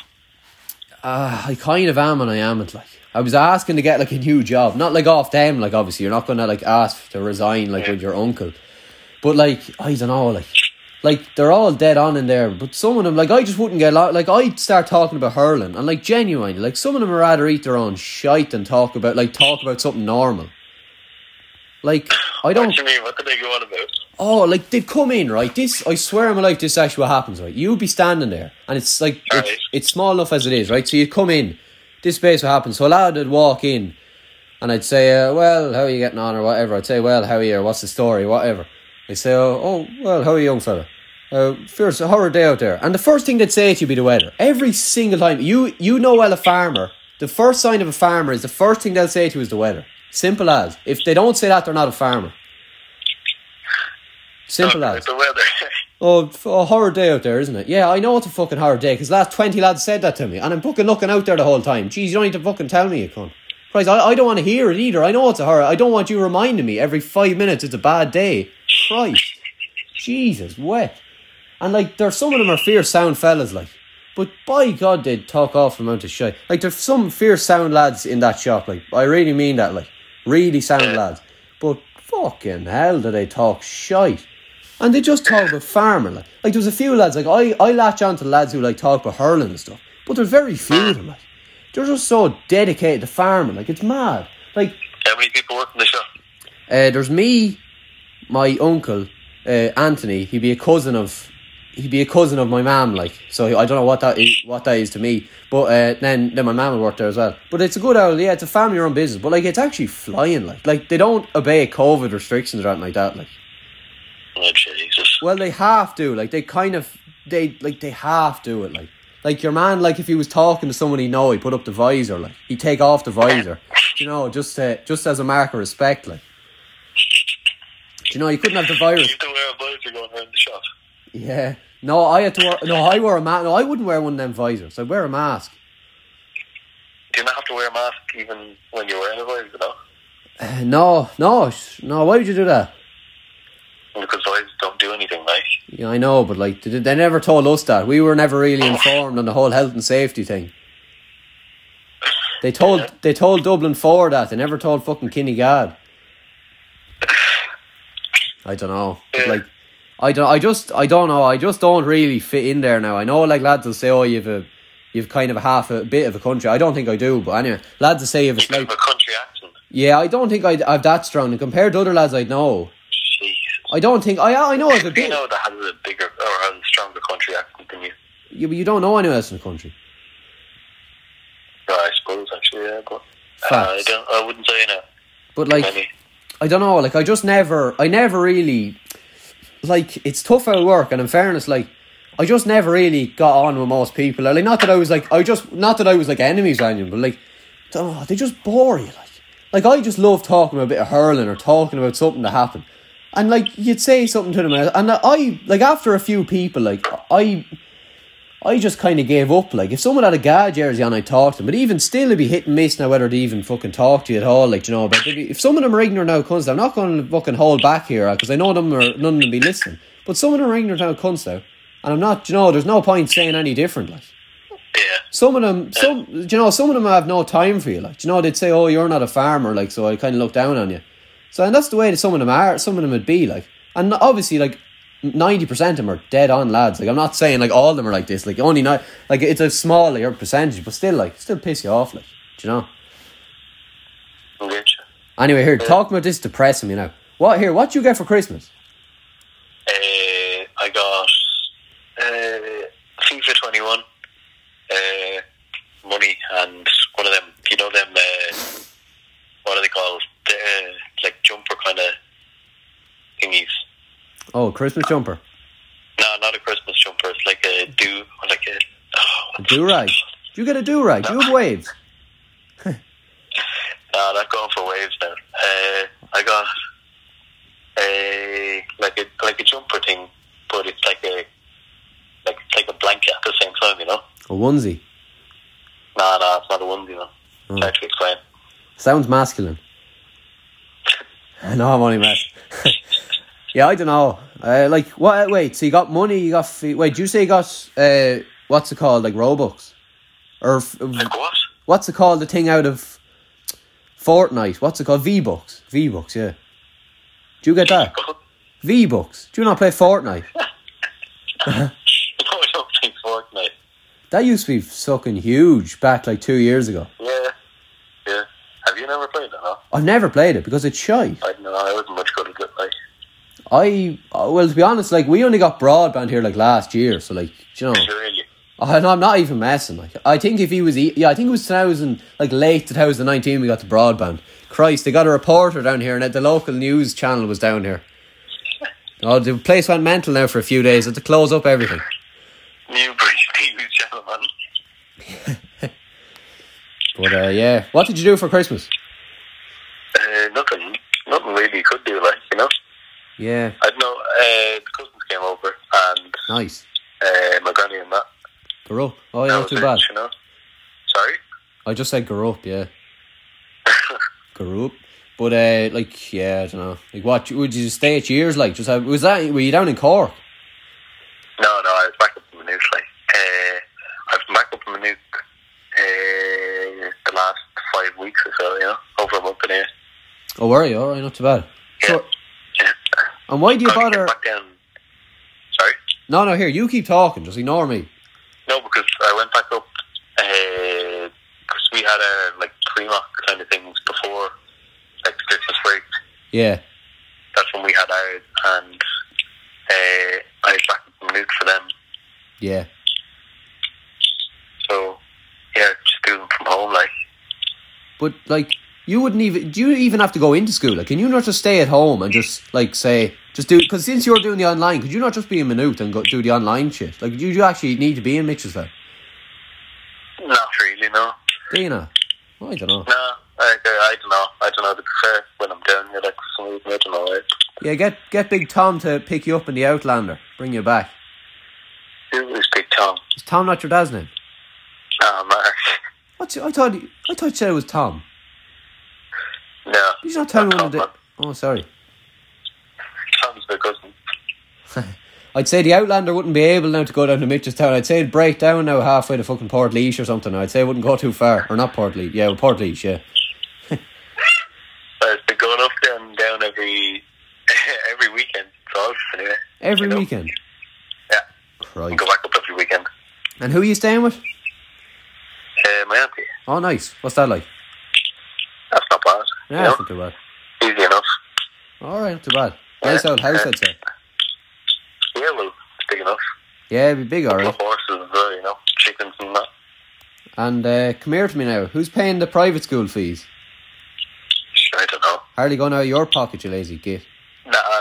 S1: Uh, I kind of am and I amn't like. I was asking to get like a new job, not like off them. Like obviously, you're not gonna like ask to resign like
S2: Yeah.
S1: with your uncle, but like I don't know, like like they're all dead on in there. But some of them, like I just wouldn't get along. Like I'd start talking about hurling and like genuinely, like some of them would rather eat their own shite than talk about like talk about something normal. Like I
S2: What
S1: don't
S2: do you mean? What did they go on about?
S1: Oh, like they'd come in, right? This, I swear in my life, this actually what happens, right? You'd be standing there, and it's like,
S2: Right.
S1: it's, it's small enough as it is, right? So you'd come in, this space what happens. So a lad would walk in, and I'd say, uh, Well, how are you getting on, or whatever. I'd say, Well, how are you, or what's the story, whatever. They'd say, Oh, oh well, how are you, young fella? Uh, first, a horror day out there. And the first thing they'd say to you be the weather. Every single time. You, you know, well, a farmer, the first sign of a farmer is the first thing they'll say to you is the weather. Simple as. If they don't say that, they're not a farmer. Simple
S2: Oh,
S1: as.
S2: the weather.
S1: Oh, f- a horror day out there, isn't it? Yeah, I know it's a fucking horror day because last 20 lads said that to me and I'm fucking looking out there the whole time. Jeez, you don't need to fucking tell me, you cunt. Christ, I, I don't want to hear it either. I know it's a horror. I don't want you reminding me every five minutes it's a bad day. Christ. Jesus, wet. And like, there's some of them are fierce sound fellas, like. But by God, they talk off amount of shit. Like, there's some fierce sound lads in that shop, like. I really mean that, like. Really sound lads. But fucking hell, do they talk shite. And they just talk about farming. Like, like there was a few lads, like, I, I latch on to lads who, like, talk about hurling and stuff. But there's very few of them, like. They're just so dedicated to farming. Like, it's mad. Like,
S2: How many people work in the shop?
S1: uh, there's me, my uncle, uh, Anthony. He'd be a cousin of, he'd be a cousin of my mum. Like, so I don't know what that is, what that is to me. But uh, then, then my mum would work there as well. But it's a good old, yeah. It's a family-run business, but like it's actually flying. Like, like they don't obey COVID restrictions or anything like that. Like,
S2: Oh, Jesus.
S1: well, they have to. Like, they kind of, they like they have to it. Like, like your man, like if he was talking to someone he know, he put up the visor. Like, he would take off the visor. You know, just uh, just as a mark of respect. Like. Do you know, you couldn't have the
S2: You
S1: virus
S2: have to wear a visor going around the shop.
S1: Yeah. No, I had to wear. No, I wore a mask. No, I wouldn't wear one of them visors. I'd wear a mask.
S2: Do you not have to wear a mask even when you're wearing a visor, though?
S1: Uh, no, no, sh- no. Why would you do that?
S2: Because visors don't do anything, like.
S1: Yeah, I know, but like they, they never told us that. We were never really informed on the whole health and safety thing. They told they told Dublin Four that. They never told fucking Kinnegad. I don't know.
S2: Yeah.
S1: Like, I don't. I just. I don't know. I just don't really fit in there now. I know, like lads will say, "Oh, you've a, you've kind of a half a bit of a country." I don't think I do, but anyway, lads will say you've a
S2: You have
S1: slight.
S2: a country accent.
S1: Yeah, I don't think I'd, I've that strong. And compared to other lads I know,
S2: Jesus.
S1: I don't think I. I know I've a
S2: Do you
S1: bit.
S2: know that has a bigger or has a stronger country accent than you?
S1: You, you don't know anyone else in the country.
S2: No, I suppose actually, yeah, but uh, I
S1: Facts.
S2: don't. I wouldn't say no.
S1: But like,
S2: Many.
S1: I don't know. Like, I just never, I never really, like, it's tough at work. And in fairness, like, I just never really got on with most people. Like, not that I was like, I just, not that I was like enemies on them, but like, don't know, they just bore you. Like, like I just love talking about a bit of hurling or talking about something that happened. And like, you'd say something to them, and I, like, after a few people, like, I, I just kind of gave up. Like, if someone had a guy jersey on, I'd talk to them. But even still, it'd be hit and miss now whether they even fucking talk to you at all. Like, you know, but they'd be, if some of them are ignorant now cunts, now, I'm not going to fucking hold back here because I know them are, none of them be listening. But some of them are ignorant now cunts, though. And I'm not, you know, there's no point saying any different. Like,
S2: Yeah.
S1: some of them, some, do you know, some of them have no time for you. Like, do you know, they'd say, "Oh, you're not a farmer," like, so I kind of look down on you. So, and that's the way that some of them are. Some of them would be like, and obviously, like, ninety percent of them are dead on lads. Like, I'm not saying like all of them are like this. Like, only not like it's a small like, percentage, but still, like, still piss you off. Like, do you know?
S2: I'm getting you.
S1: Anyway, here, talking about this depressing me now. What here? What you get for Christmas?
S2: Uh, I got uh, FIFA 21, uh, money, and one of them, you know, them, uh, what are they called? The, uh, like jumper kind of thingies.
S1: Oh, Christmas jumper,
S2: No, not a Christmas jumper. It's like a do, like a. Oh,
S1: a do rag. You get a do rag. You have waves.
S2: No, not going for waves now. Uh, I got a like a like a jumper thing, but it's like a like it's like a blanket at the same time, you know.
S1: A onesie.
S2: No, no, it's not a onesie, no. It's hard to explain.
S1: Sounds masculine. no, I'm only messing. yeah, I don't know. Uh, like, what? Wait, so you got money? You got fee- wait? Do you say you got uh, what's it called? Like Robux, or f-
S2: Like what?
S1: what's it called? The thing out of Fortnite. What's it called? V bucks. V bucks. Yeah. Do you get that? V bucks. Do you not play Fortnite?
S2: no, I don't think Fortnite.
S1: That used to be fucking huge back like two years ago.
S2: Yeah, yeah. Have you never played it? No,
S1: I've never played it because it's shy.
S2: I no, I wasn't much good at it. Like,
S1: I uh, well, to be honest, like we only got broadband here like last year, so like you know.
S2: really.
S1: Oh, no, I'm not even messing. Like, I think if he was, e- yeah, I think it was 2000, like late 2019, we got the broadband. Christ, they got a reporter down here, and the local news channel was down here. Oh, the place went mental now for a few days. Had to close up everything.
S2: Newbridge TV channel, man.
S1: But uh, yeah, what did you do for Christmas?
S2: Uh, nothing, nothing really could do. Like, you know,
S1: Yeah,
S2: I don't know. Uh, the cousins came over and
S1: nice.
S2: uh, my granny and that.
S1: Garup. Oh, yeah,
S2: That
S1: not
S2: was
S1: too
S2: it,
S1: bad.
S2: You know. Sorry.
S1: I just said Garup, yeah. Garup. But uh, like, yeah, I don't know. Like, what would you stay at years? Like, just how, was that? Were you down in Cork?
S2: No, no, I was back up in Maynooth. Like, uh, I've been back up in Maynooth uh, the last five weeks or so. You know, over a month and a half.
S1: Oh, were you? All right, not too bad.
S2: Yeah.
S1: So,
S2: yeah.
S1: and why do you
S2: Gotta get
S1: bother?
S2: back down. Sorry.
S1: No, no, here, you keep talking. Just ignore me.
S2: No, because I went back up because we had a like pre-mock kind of things before like the Christmas break.
S1: Yeah.
S2: That's when we had ours, and uh, I was back up in Maynooth for them.
S1: Yeah.
S2: So yeah, just doing from home like.
S1: But, like, you wouldn't even. Do you even have to go into school? Like, can you not just stay at home and just, like, say. Just do. Because since you're doing the online, could you not just be in Minute and go do the online shit? Like, you, you actually need to be in Mitchellstown.
S2: Not really, no.
S1: Do you know? I don't know.
S2: No, I, I don't know. I don't know. To be fair, when I'm down here, like, for some reason, I don't know. Right?
S1: Yeah, get get Big Tom to pick you up in the Outlander. Bring you back.
S2: Who is Big Tom?
S1: Is Tom not your dad's name?
S2: Ah, Mark.
S1: What's, I thought he- I thought you said it was Tom.
S2: No.
S1: You should not tell me
S2: Tom,
S1: one of the.
S2: man.
S1: Oh, sorry.
S2: Tom's my cousin.
S1: I'd say the Outlander wouldn't be able now to go down to Mitchelstown. I'd say it'd break down now halfway to fucking Port or something. I'd say it wouldn't go too far. Or not Port Yeah, well, Port yeah.
S2: But it's been going up there and down every every weekend. So I was anyway.
S1: Every
S2: You know?
S1: weekend.
S2: Yeah.
S1: Christ.
S2: Go back up every weekend.
S1: And who are you staying with?
S2: Uh, my auntie.
S1: Oh, nice. What's that like?
S2: That's not bad.
S1: Yeah,
S2: you
S1: that's not too bad.
S2: know? Easy enough.
S1: All right, not too bad. Nice old house, I'd say.
S2: Yeah, well, it's big enough.
S1: Yeah, it'd be big, all
S2: The
S1: right.
S2: horses as well, you know, chickens and that.
S1: And uh, come here to me now. Who's paying the private school fees?
S2: I don't know.
S1: Hardly going out of your pocket, you lazy git.
S2: Nah, no, I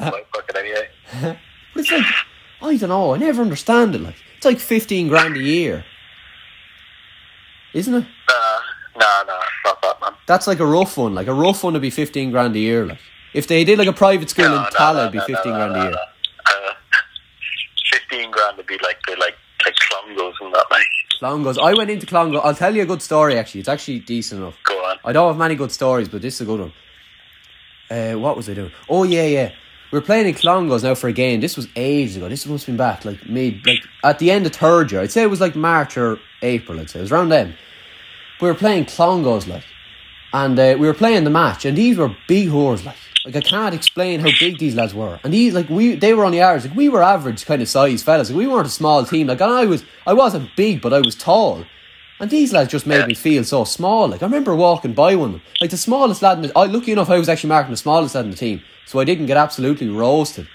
S2: know. That's my fucking anyway.
S1: But it's like, I don't know. I never understand it. Like, it's like fifteen grand a year, isn't it?
S2: Nah, nah, nah, not that, man.
S1: That's like a rough one. Like a rough one would be fifteen grand a year. Like if they did like a private school in Tala, it'd be fifteen grand a year.
S2: Uh, fifteen grand would be like the like like
S1: Clongos. I went into Clongos. I'll tell you a good story, actually. It's actually decent enough.
S2: Go on.
S1: I don't have many good stories, but this is a good one. Uh, what was I doing? Oh yeah, yeah. We were playing in Clongos now for a game. This was ages ago. This must have been back like mid, like at the end of third year. I'd say it was like March or April. I'd say it was around then. We were playing Clongos like, and uh, we were playing the match, and these were big whores like. Like I can't explain how big these lads were, and these like we they were on the average. Like we were average kind of size fellas. Like we weren't a small team. Like and I was, I wasn't big, but I was tall. And these lads just made me feel so small. Like I remember walking by one of them, like the smallest lad. In the, I lucky enough, I was actually marking the smallest lad in the team, so I didn't get absolutely roasted.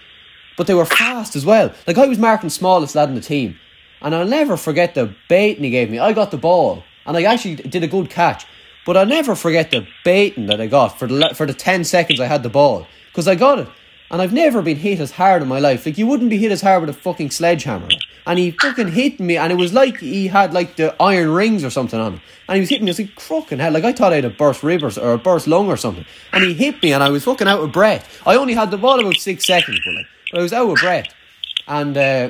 S1: But they were fast as well. Like I was marking the smallest lad in the team, and I'll never forget the baiting he gave me. I got the ball, and I actually did a good catch. But I'll never forget the baiting that I got for the la- for the ten seconds I had the ball because I got it, and I've never been hit as hard in my life. Like you wouldn't be hit as hard with a fucking sledgehammer. like. And he fucking hit me, and it was like he had like the iron rings or something on him, and he was hitting me. I was like fucking hell, like I thought I had a burst rib or, s- or a burst lung or something, and he hit me, and I was fucking out of breath. I only had the ball about six seconds, but like but I was out of breath, and. uh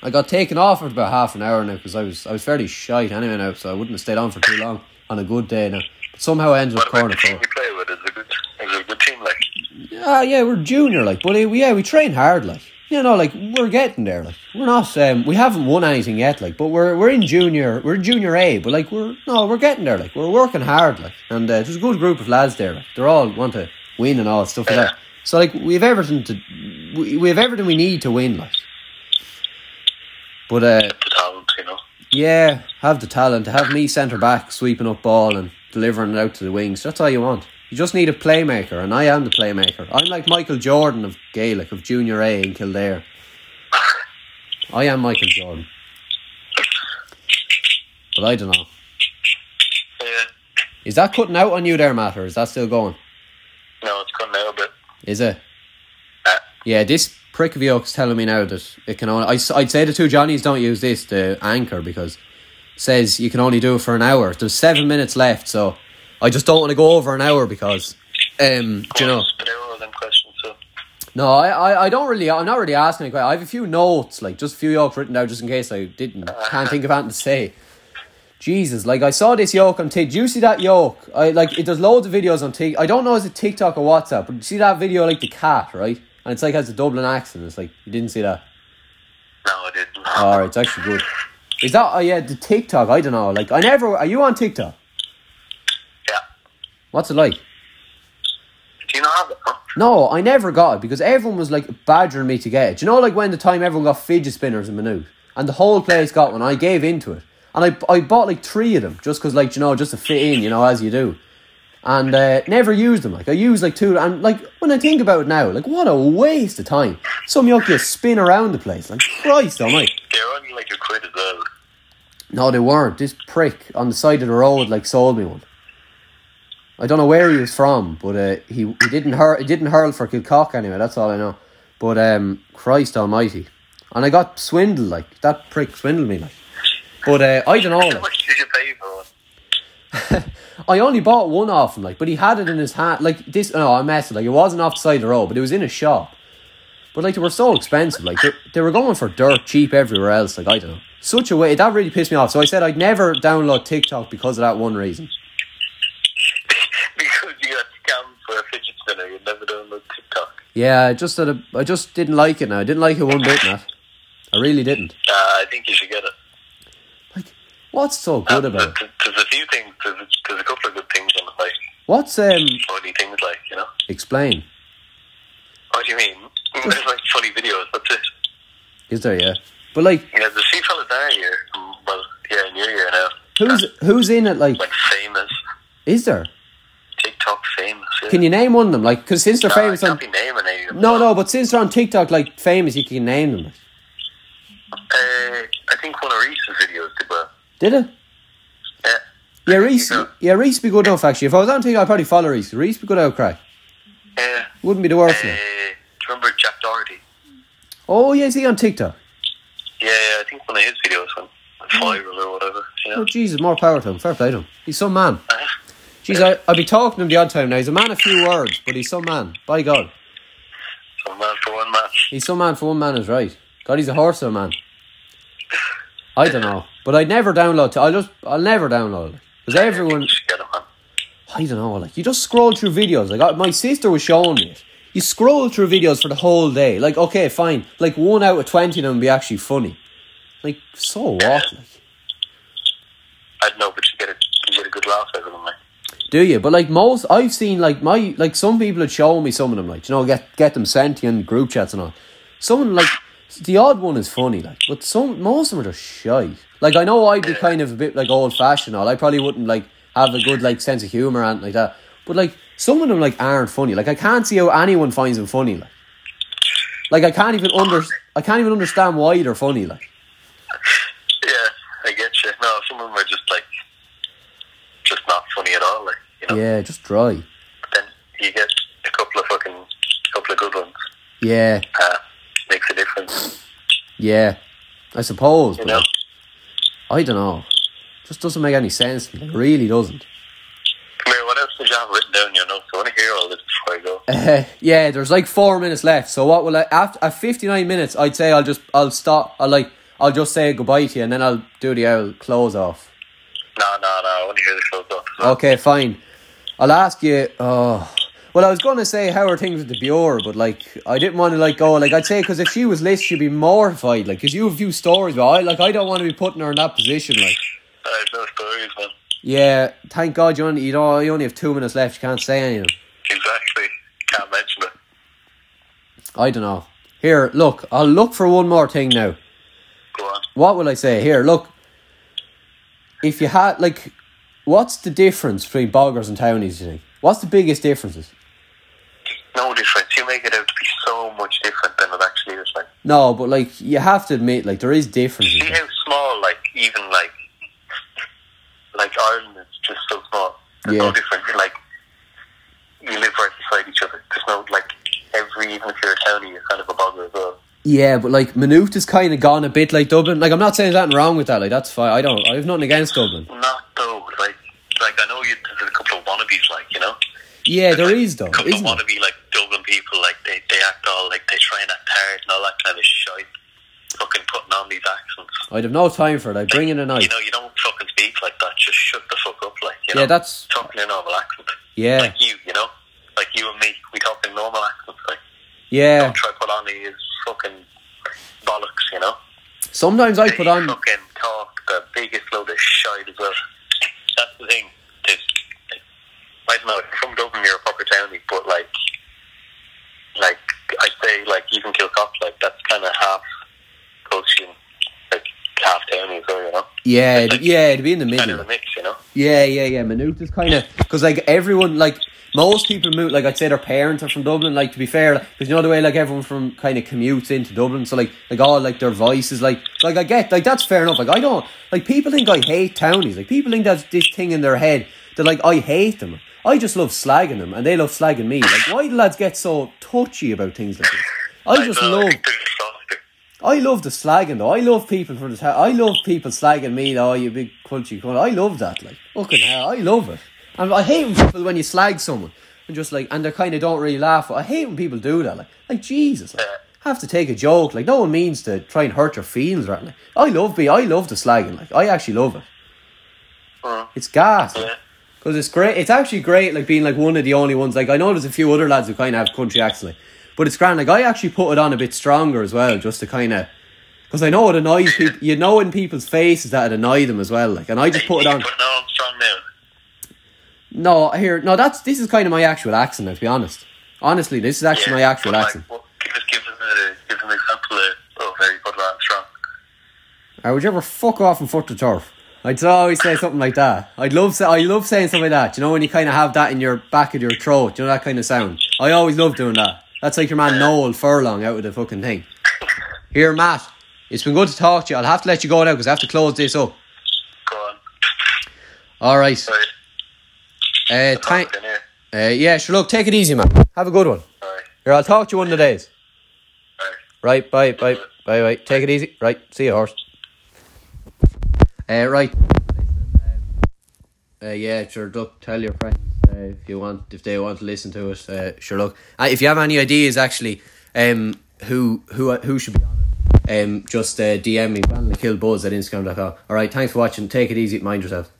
S1: I got taken off after about half an hour now because I was I was fairly shite anyway now, so I wouldn't have stayed on for too long on a good day now. But somehow I ended up
S2: What about
S1: corner
S2: the team
S1: four.
S2: you play with? Is it a good, is it a good team? Like,
S1: Ah, yeah, we're junior like, but eh, we- yeah, we train hard like. You know, like we're getting there. Like we're not, um, we haven't won anything yet. Like, but we're we're in junior, we're in junior A. But like we're no, we're getting there. Like we're working hard. Like, and uh, there's a good group of lads there. Like they're all want to win and all that stuff like that. So like we have everything to, we, we have everything we need to win. Like, but uh,
S2: the talent, you know.
S1: Yeah, have the talent. Have me centre back sweeping up ball and delivering it out to the wings. That's all you want. You just need a playmaker, and I am the playmaker. I'm like Michael Jordan of Gaelic of Junior A in Kildare. I am Michael Jordan, but I don't know.
S2: Yeah.
S1: Is that cutting out on you there, Matt, or is that still going?
S2: No, it's gone now, but
S1: Is it?
S2: uh,
S1: Yeah, this prick of York's telling me now that it can only. I, would say the two Johnnies don't use this, the anchor, because it says you can only do it for an hour. There's seven minutes left, so I just don't want to go over an hour because, um, do you know?
S2: There were all them questions, so
S1: No, I, I, I don't really. I'm not really asking any questions. I have a few notes, like just a few yolks written down, just in case I didn't can't think of anything to say. Jesus, like I saw this yoke on TikTok. Do you see that yoke? I like it. There's loads of videos on TikTok. I don't know is it TikTok or WhatsApp, but you see that video like the cat, right? And it's like has a Dublin accent. It's like you didn't see that.
S2: no, I didn't.
S1: All right, Ah, it's actually good. Is that? Oh yeah, the TikTok. I don't know. Like I never. Are you on TikTok?
S2: Yeah.
S1: What's it like?
S2: Do you not have it? Huh?
S1: No, I never got it because everyone was like badgering me to get it. Do you know, like when the time everyone got fidget spinners in Manute and the whole place got one, I gave into it. And I, I bought like three of them just because, like, you know, just to fit in, you know, as you do. And uh, never used them. Like, I used like two. And, like, when I think about it now, like, what a waste of time. Some yuck you spin around the place. Like, Christ almighty.
S2: They're only like a quid as well.
S1: No, they weren't. This prick on the side of the road like sold me one. I don't know where he was from, but uh, he he didn't hur- he didn't hurl for Kilcock anyway. That's all I know. But um, Christ Almighty, and I got swindled like that prick swindled me like. But uh, I don't know.
S2: How
S1: Like,
S2: much did you pay for one?
S1: I only bought one off him, like, but he had it in his hand, like this. No, I messed it. Like it wasn't off the side of the road, but it was in a shop. But like they were so expensive, like they, they were going for dirt cheap everywhere else. Like I don't know, such a way that really pissed me off. So I said I'd never download TikTok because of that one reason.
S2: because you got scammed for a fidget spinner. You never done on TikTok.
S1: Yeah, I just that I just didn't like it. Now I didn't like it one bit, Matt. I really didn't.
S2: Uh, I think you should get it.
S1: Like, what's so good
S2: Uh,
S1: about it?
S2: th- There's a few things. There's, there's a couple of good things on it, like
S1: What's um?
S2: funny things, like you know.
S1: Explain.
S2: What do you mean? There's like funny videos. That's it.
S1: Is there yeah? But like,
S2: Yeah, the sea fellas are here. Mm, Well, yeah, in your year now.
S1: who's who's in it? Like,
S2: Like famous
S1: is there?
S2: TikTok famous. Yeah.
S1: Can you name one of them? Like, because since they're
S2: Nah,
S1: famous
S2: I
S1: on
S2: can't be naming any of them.
S1: No, no, but since they're on TikTok, like famous, you can name them.
S2: Uh, I think one of Reese's videos did well.
S1: Did it?
S2: Yeah.
S1: Yeah, Reese.
S2: Yeah.
S1: Yeah, Reese be good enough. Actually, if I was on TikTok, I'd probably follow Reese. Reese be good out crack.
S2: Yeah.
S1: Wouldn't be the
S2: Uh,
S1: worst
S2: do
S1: thing.
S2: you remember Jack Doherty?
S1: Oh yeah, is he on TikTok?
S2: Yeah, yeah, I think one of his videos went viral or whatever. You
S1: Oh
S2: know?
S1: Jesus, more power to him. Fair play to him. He's some man.
S2: Uh,
S1: Jeez, I I be talking to him the odd time now. He's a man of few words, but he's some man. By God,
S2: One man for one man.
S1: he's some man for one man is right. God, he's a horse of a man. I don't know, but I never download. T- I just I'll never download it because everyone
S2: Just get it on.
S1: I don't know. Like you just scroll through videos. Like I, my sister was showing me it. You scroll through videos for the whole day. Like okay, fine. Like one out of twenty of them be actually funny. Like so what? Like,
S2: I don't know, but you get a you get a good laugh out of them. Like.
S1: do you? But like most, I've seen like my like some people had shown me some of them. Like you know, get get them sent in group chats and all. Some of them, like the odd one is funny. Like but some most of them are just shy. Like I know I'd be kind of a bit like old fashioned. and All I probably wouldn't like have a good like sense of humor and like that. But like some of them like aren't funny. Like I can't see how anyone finds them funny. Like like I can't even under I can't even understand why they're funny. Like.
S2: Yeah, I get you. No, some of them are just like just not funny at all. Like you know.
S1: Yeah, just dry.
S2: Then you get a couple of fucking couple of good ones.
S1: Yeah,
S2: Uh, makes a difference.
S1: yeah. I suppose,
S2: You
S1: but
S2: know.
S1: I don't know. Just doesn't make any sense. to me, It really doesn't.
S2: Come here. What else did you have written down in your notes? I want to hear all this before I go.
S1: Uh, yeah, there's like four minutes left. So what will I after at 59 minutes? I'd say I'll just I'll stop. I'll like I'll just say goodbye to you, and then I'll do the owl close off.
S2: No, no, no. I want to hear the close up.
S1: Okay, fine. I'll ask you. Oh, well, I was gonna say how are things with the bureau, but like I didn't want to like go. Like I'd say because if she was list, she'd be mortified. Like because you have few stories, but I like I don't want to be putting her in that position. Like
S2: I have no stories, man.
S1: yeah, thank God you only you know you only have two minutes left. You can't say anything.
S2: Exactly. Can't mention it.
S1: I don't know. Here, look. I'll look for one more thing now.
S2: Go on.
S1: what will I say here? Look, if you had like, what's the difference between boggers and townies? Do you think? What's the biggest differences?
S2: No difference. You make it out to be so much different than it actually is. Like,
S1: No, but like you have to admit, like there is differences.
S2: see how small, like even like, like Ireland is just so small. There's
S1: Yeah.
S2: no difference. Like, you live right beside each other. There's no like every even if you're a county, you're kind of a bother as well.
S1: Yeah, but like Maynooth has kind of gone a bit like Dublin. Like I'm not saying there's nothing wrong with that. Like that's fine. I don't. I have nothing against Dublin.
S2: Not though. Like, like I know you. There's a couple of wannabes, like you know.
S1: Yeah, Oh, there is though,
S2: couple
S1: isn't
S2: of
S1: there?
S2: wannabe like Dublin people, like they, they act all like they try and act hard and all that kind of shite. Fucking putting on these accents.
S1: I'd have no time for it. I bring in a
S2: You
S1: knife.
S2: know, you don't fucking speak like that. Just shut the fuck up, like you
S1: Yeah,
S2: know.
S1: that's
S2: talk in a normal accent.
S1: yeah,
S2: Like you, you know, like you and me, we talk in normal accents. Like
S1: yeah.
S2: try put on these fucking bollocks, you know.
S1: Sometimes I
S2: They
S1: put on.
S2: fucking talk the biggest load of shite as well. That's the thing. There's, like, I don't know. From Dublin, you're a proper townie, but like, like I say, like even Kilcop, like that's kind of half coaching, like half townie, so you know,
S1: Yeah, it'd- yeah. It'd be in the middle.
S2: kind of a mix, you know.
S1: Yeah, yeah, yeah. Maynooth is kind of because like everyone, like most people move. Like I'd say their parents are from Dublin. Like to be fair, because you know the way like everyone from kind of commutes into Dublin. So like like all like their voices, like like I get like that's fair enough. Like I don't like people think I hate townies. Like people think that's this thing in their head that like I hate them. I just love slagging them, and they love slagging me. Like why do lads get so touchy about things like this? I just
S2: know,
S1: love
S2: like, they're just softer.
S1: I love the slagging though. I love people from the town. I love people slagging me though. You big country cunt. I love that. Like fucking hell, I love it. And I hate when people when you slag someone and just like and they kind of don't really laugh. I hate when people do that. Like like Jesus, like, have to take a joke. Like no one means to try and hurt your feelings. Right? Like, I love be. I love the slagging. Like I actually love it.
S2: Mm.
S1: It's gas. Like,
S2: Yeah.
S1: because it's great. It's actually great, like being like one of the only ones. Like I know there's a few other lads who kind of have country accents, like, but it's grand. Like I actually put it on a bit stronger as well, just to kind of, because I know it annoys people. You know, in people's faces that it annoy them as well. Like, and I just put it
S2: You
S1: on.
S2: Put it on strong now.
S1: No, here, no. That's this is kind of my actual accent. Now, to be honest, honestly, this is actually my actual
S2: but, like,
S1: accent.
S2: what- give us give us a give us an example of oh, very good man, strong.
S1: I would you ever fuck off and foot the turf? I'd always say something like that. I'd love say I love saying something like that. You know when you kind of have that in your back of your throat. You know that kind of sound. I always love doing that. That's like your man Noel Furlong out of the fucking thing. Here, Matt. It's been good to talk to you. I'll have to let you go now because I have to close this up.
S2: Go on.
S1: All right.
S2: Sorry.
S1: Uh, thank.
S2: Fucking here.
S1: Uh, yeah, sure. Look, take it easy, man. Have a good one.
S2: All right.
S1: Here, I'll talk to you one of the days.
S2: All right.
S1: Right, bye, bye, bye, bye. Take it easy. Right, see you, horse. Uh, right. Uh, yeah, sure. Look, tell your friends uh, if you want, if they want to listen to it. Uh, sure, look. Uh, if you have any ideas, actually, um, who who who should be on it? um, just uh, DM me, Kill Buzz at Instagram.com. All right, thanks for watching. Take it easy. Mind yourself.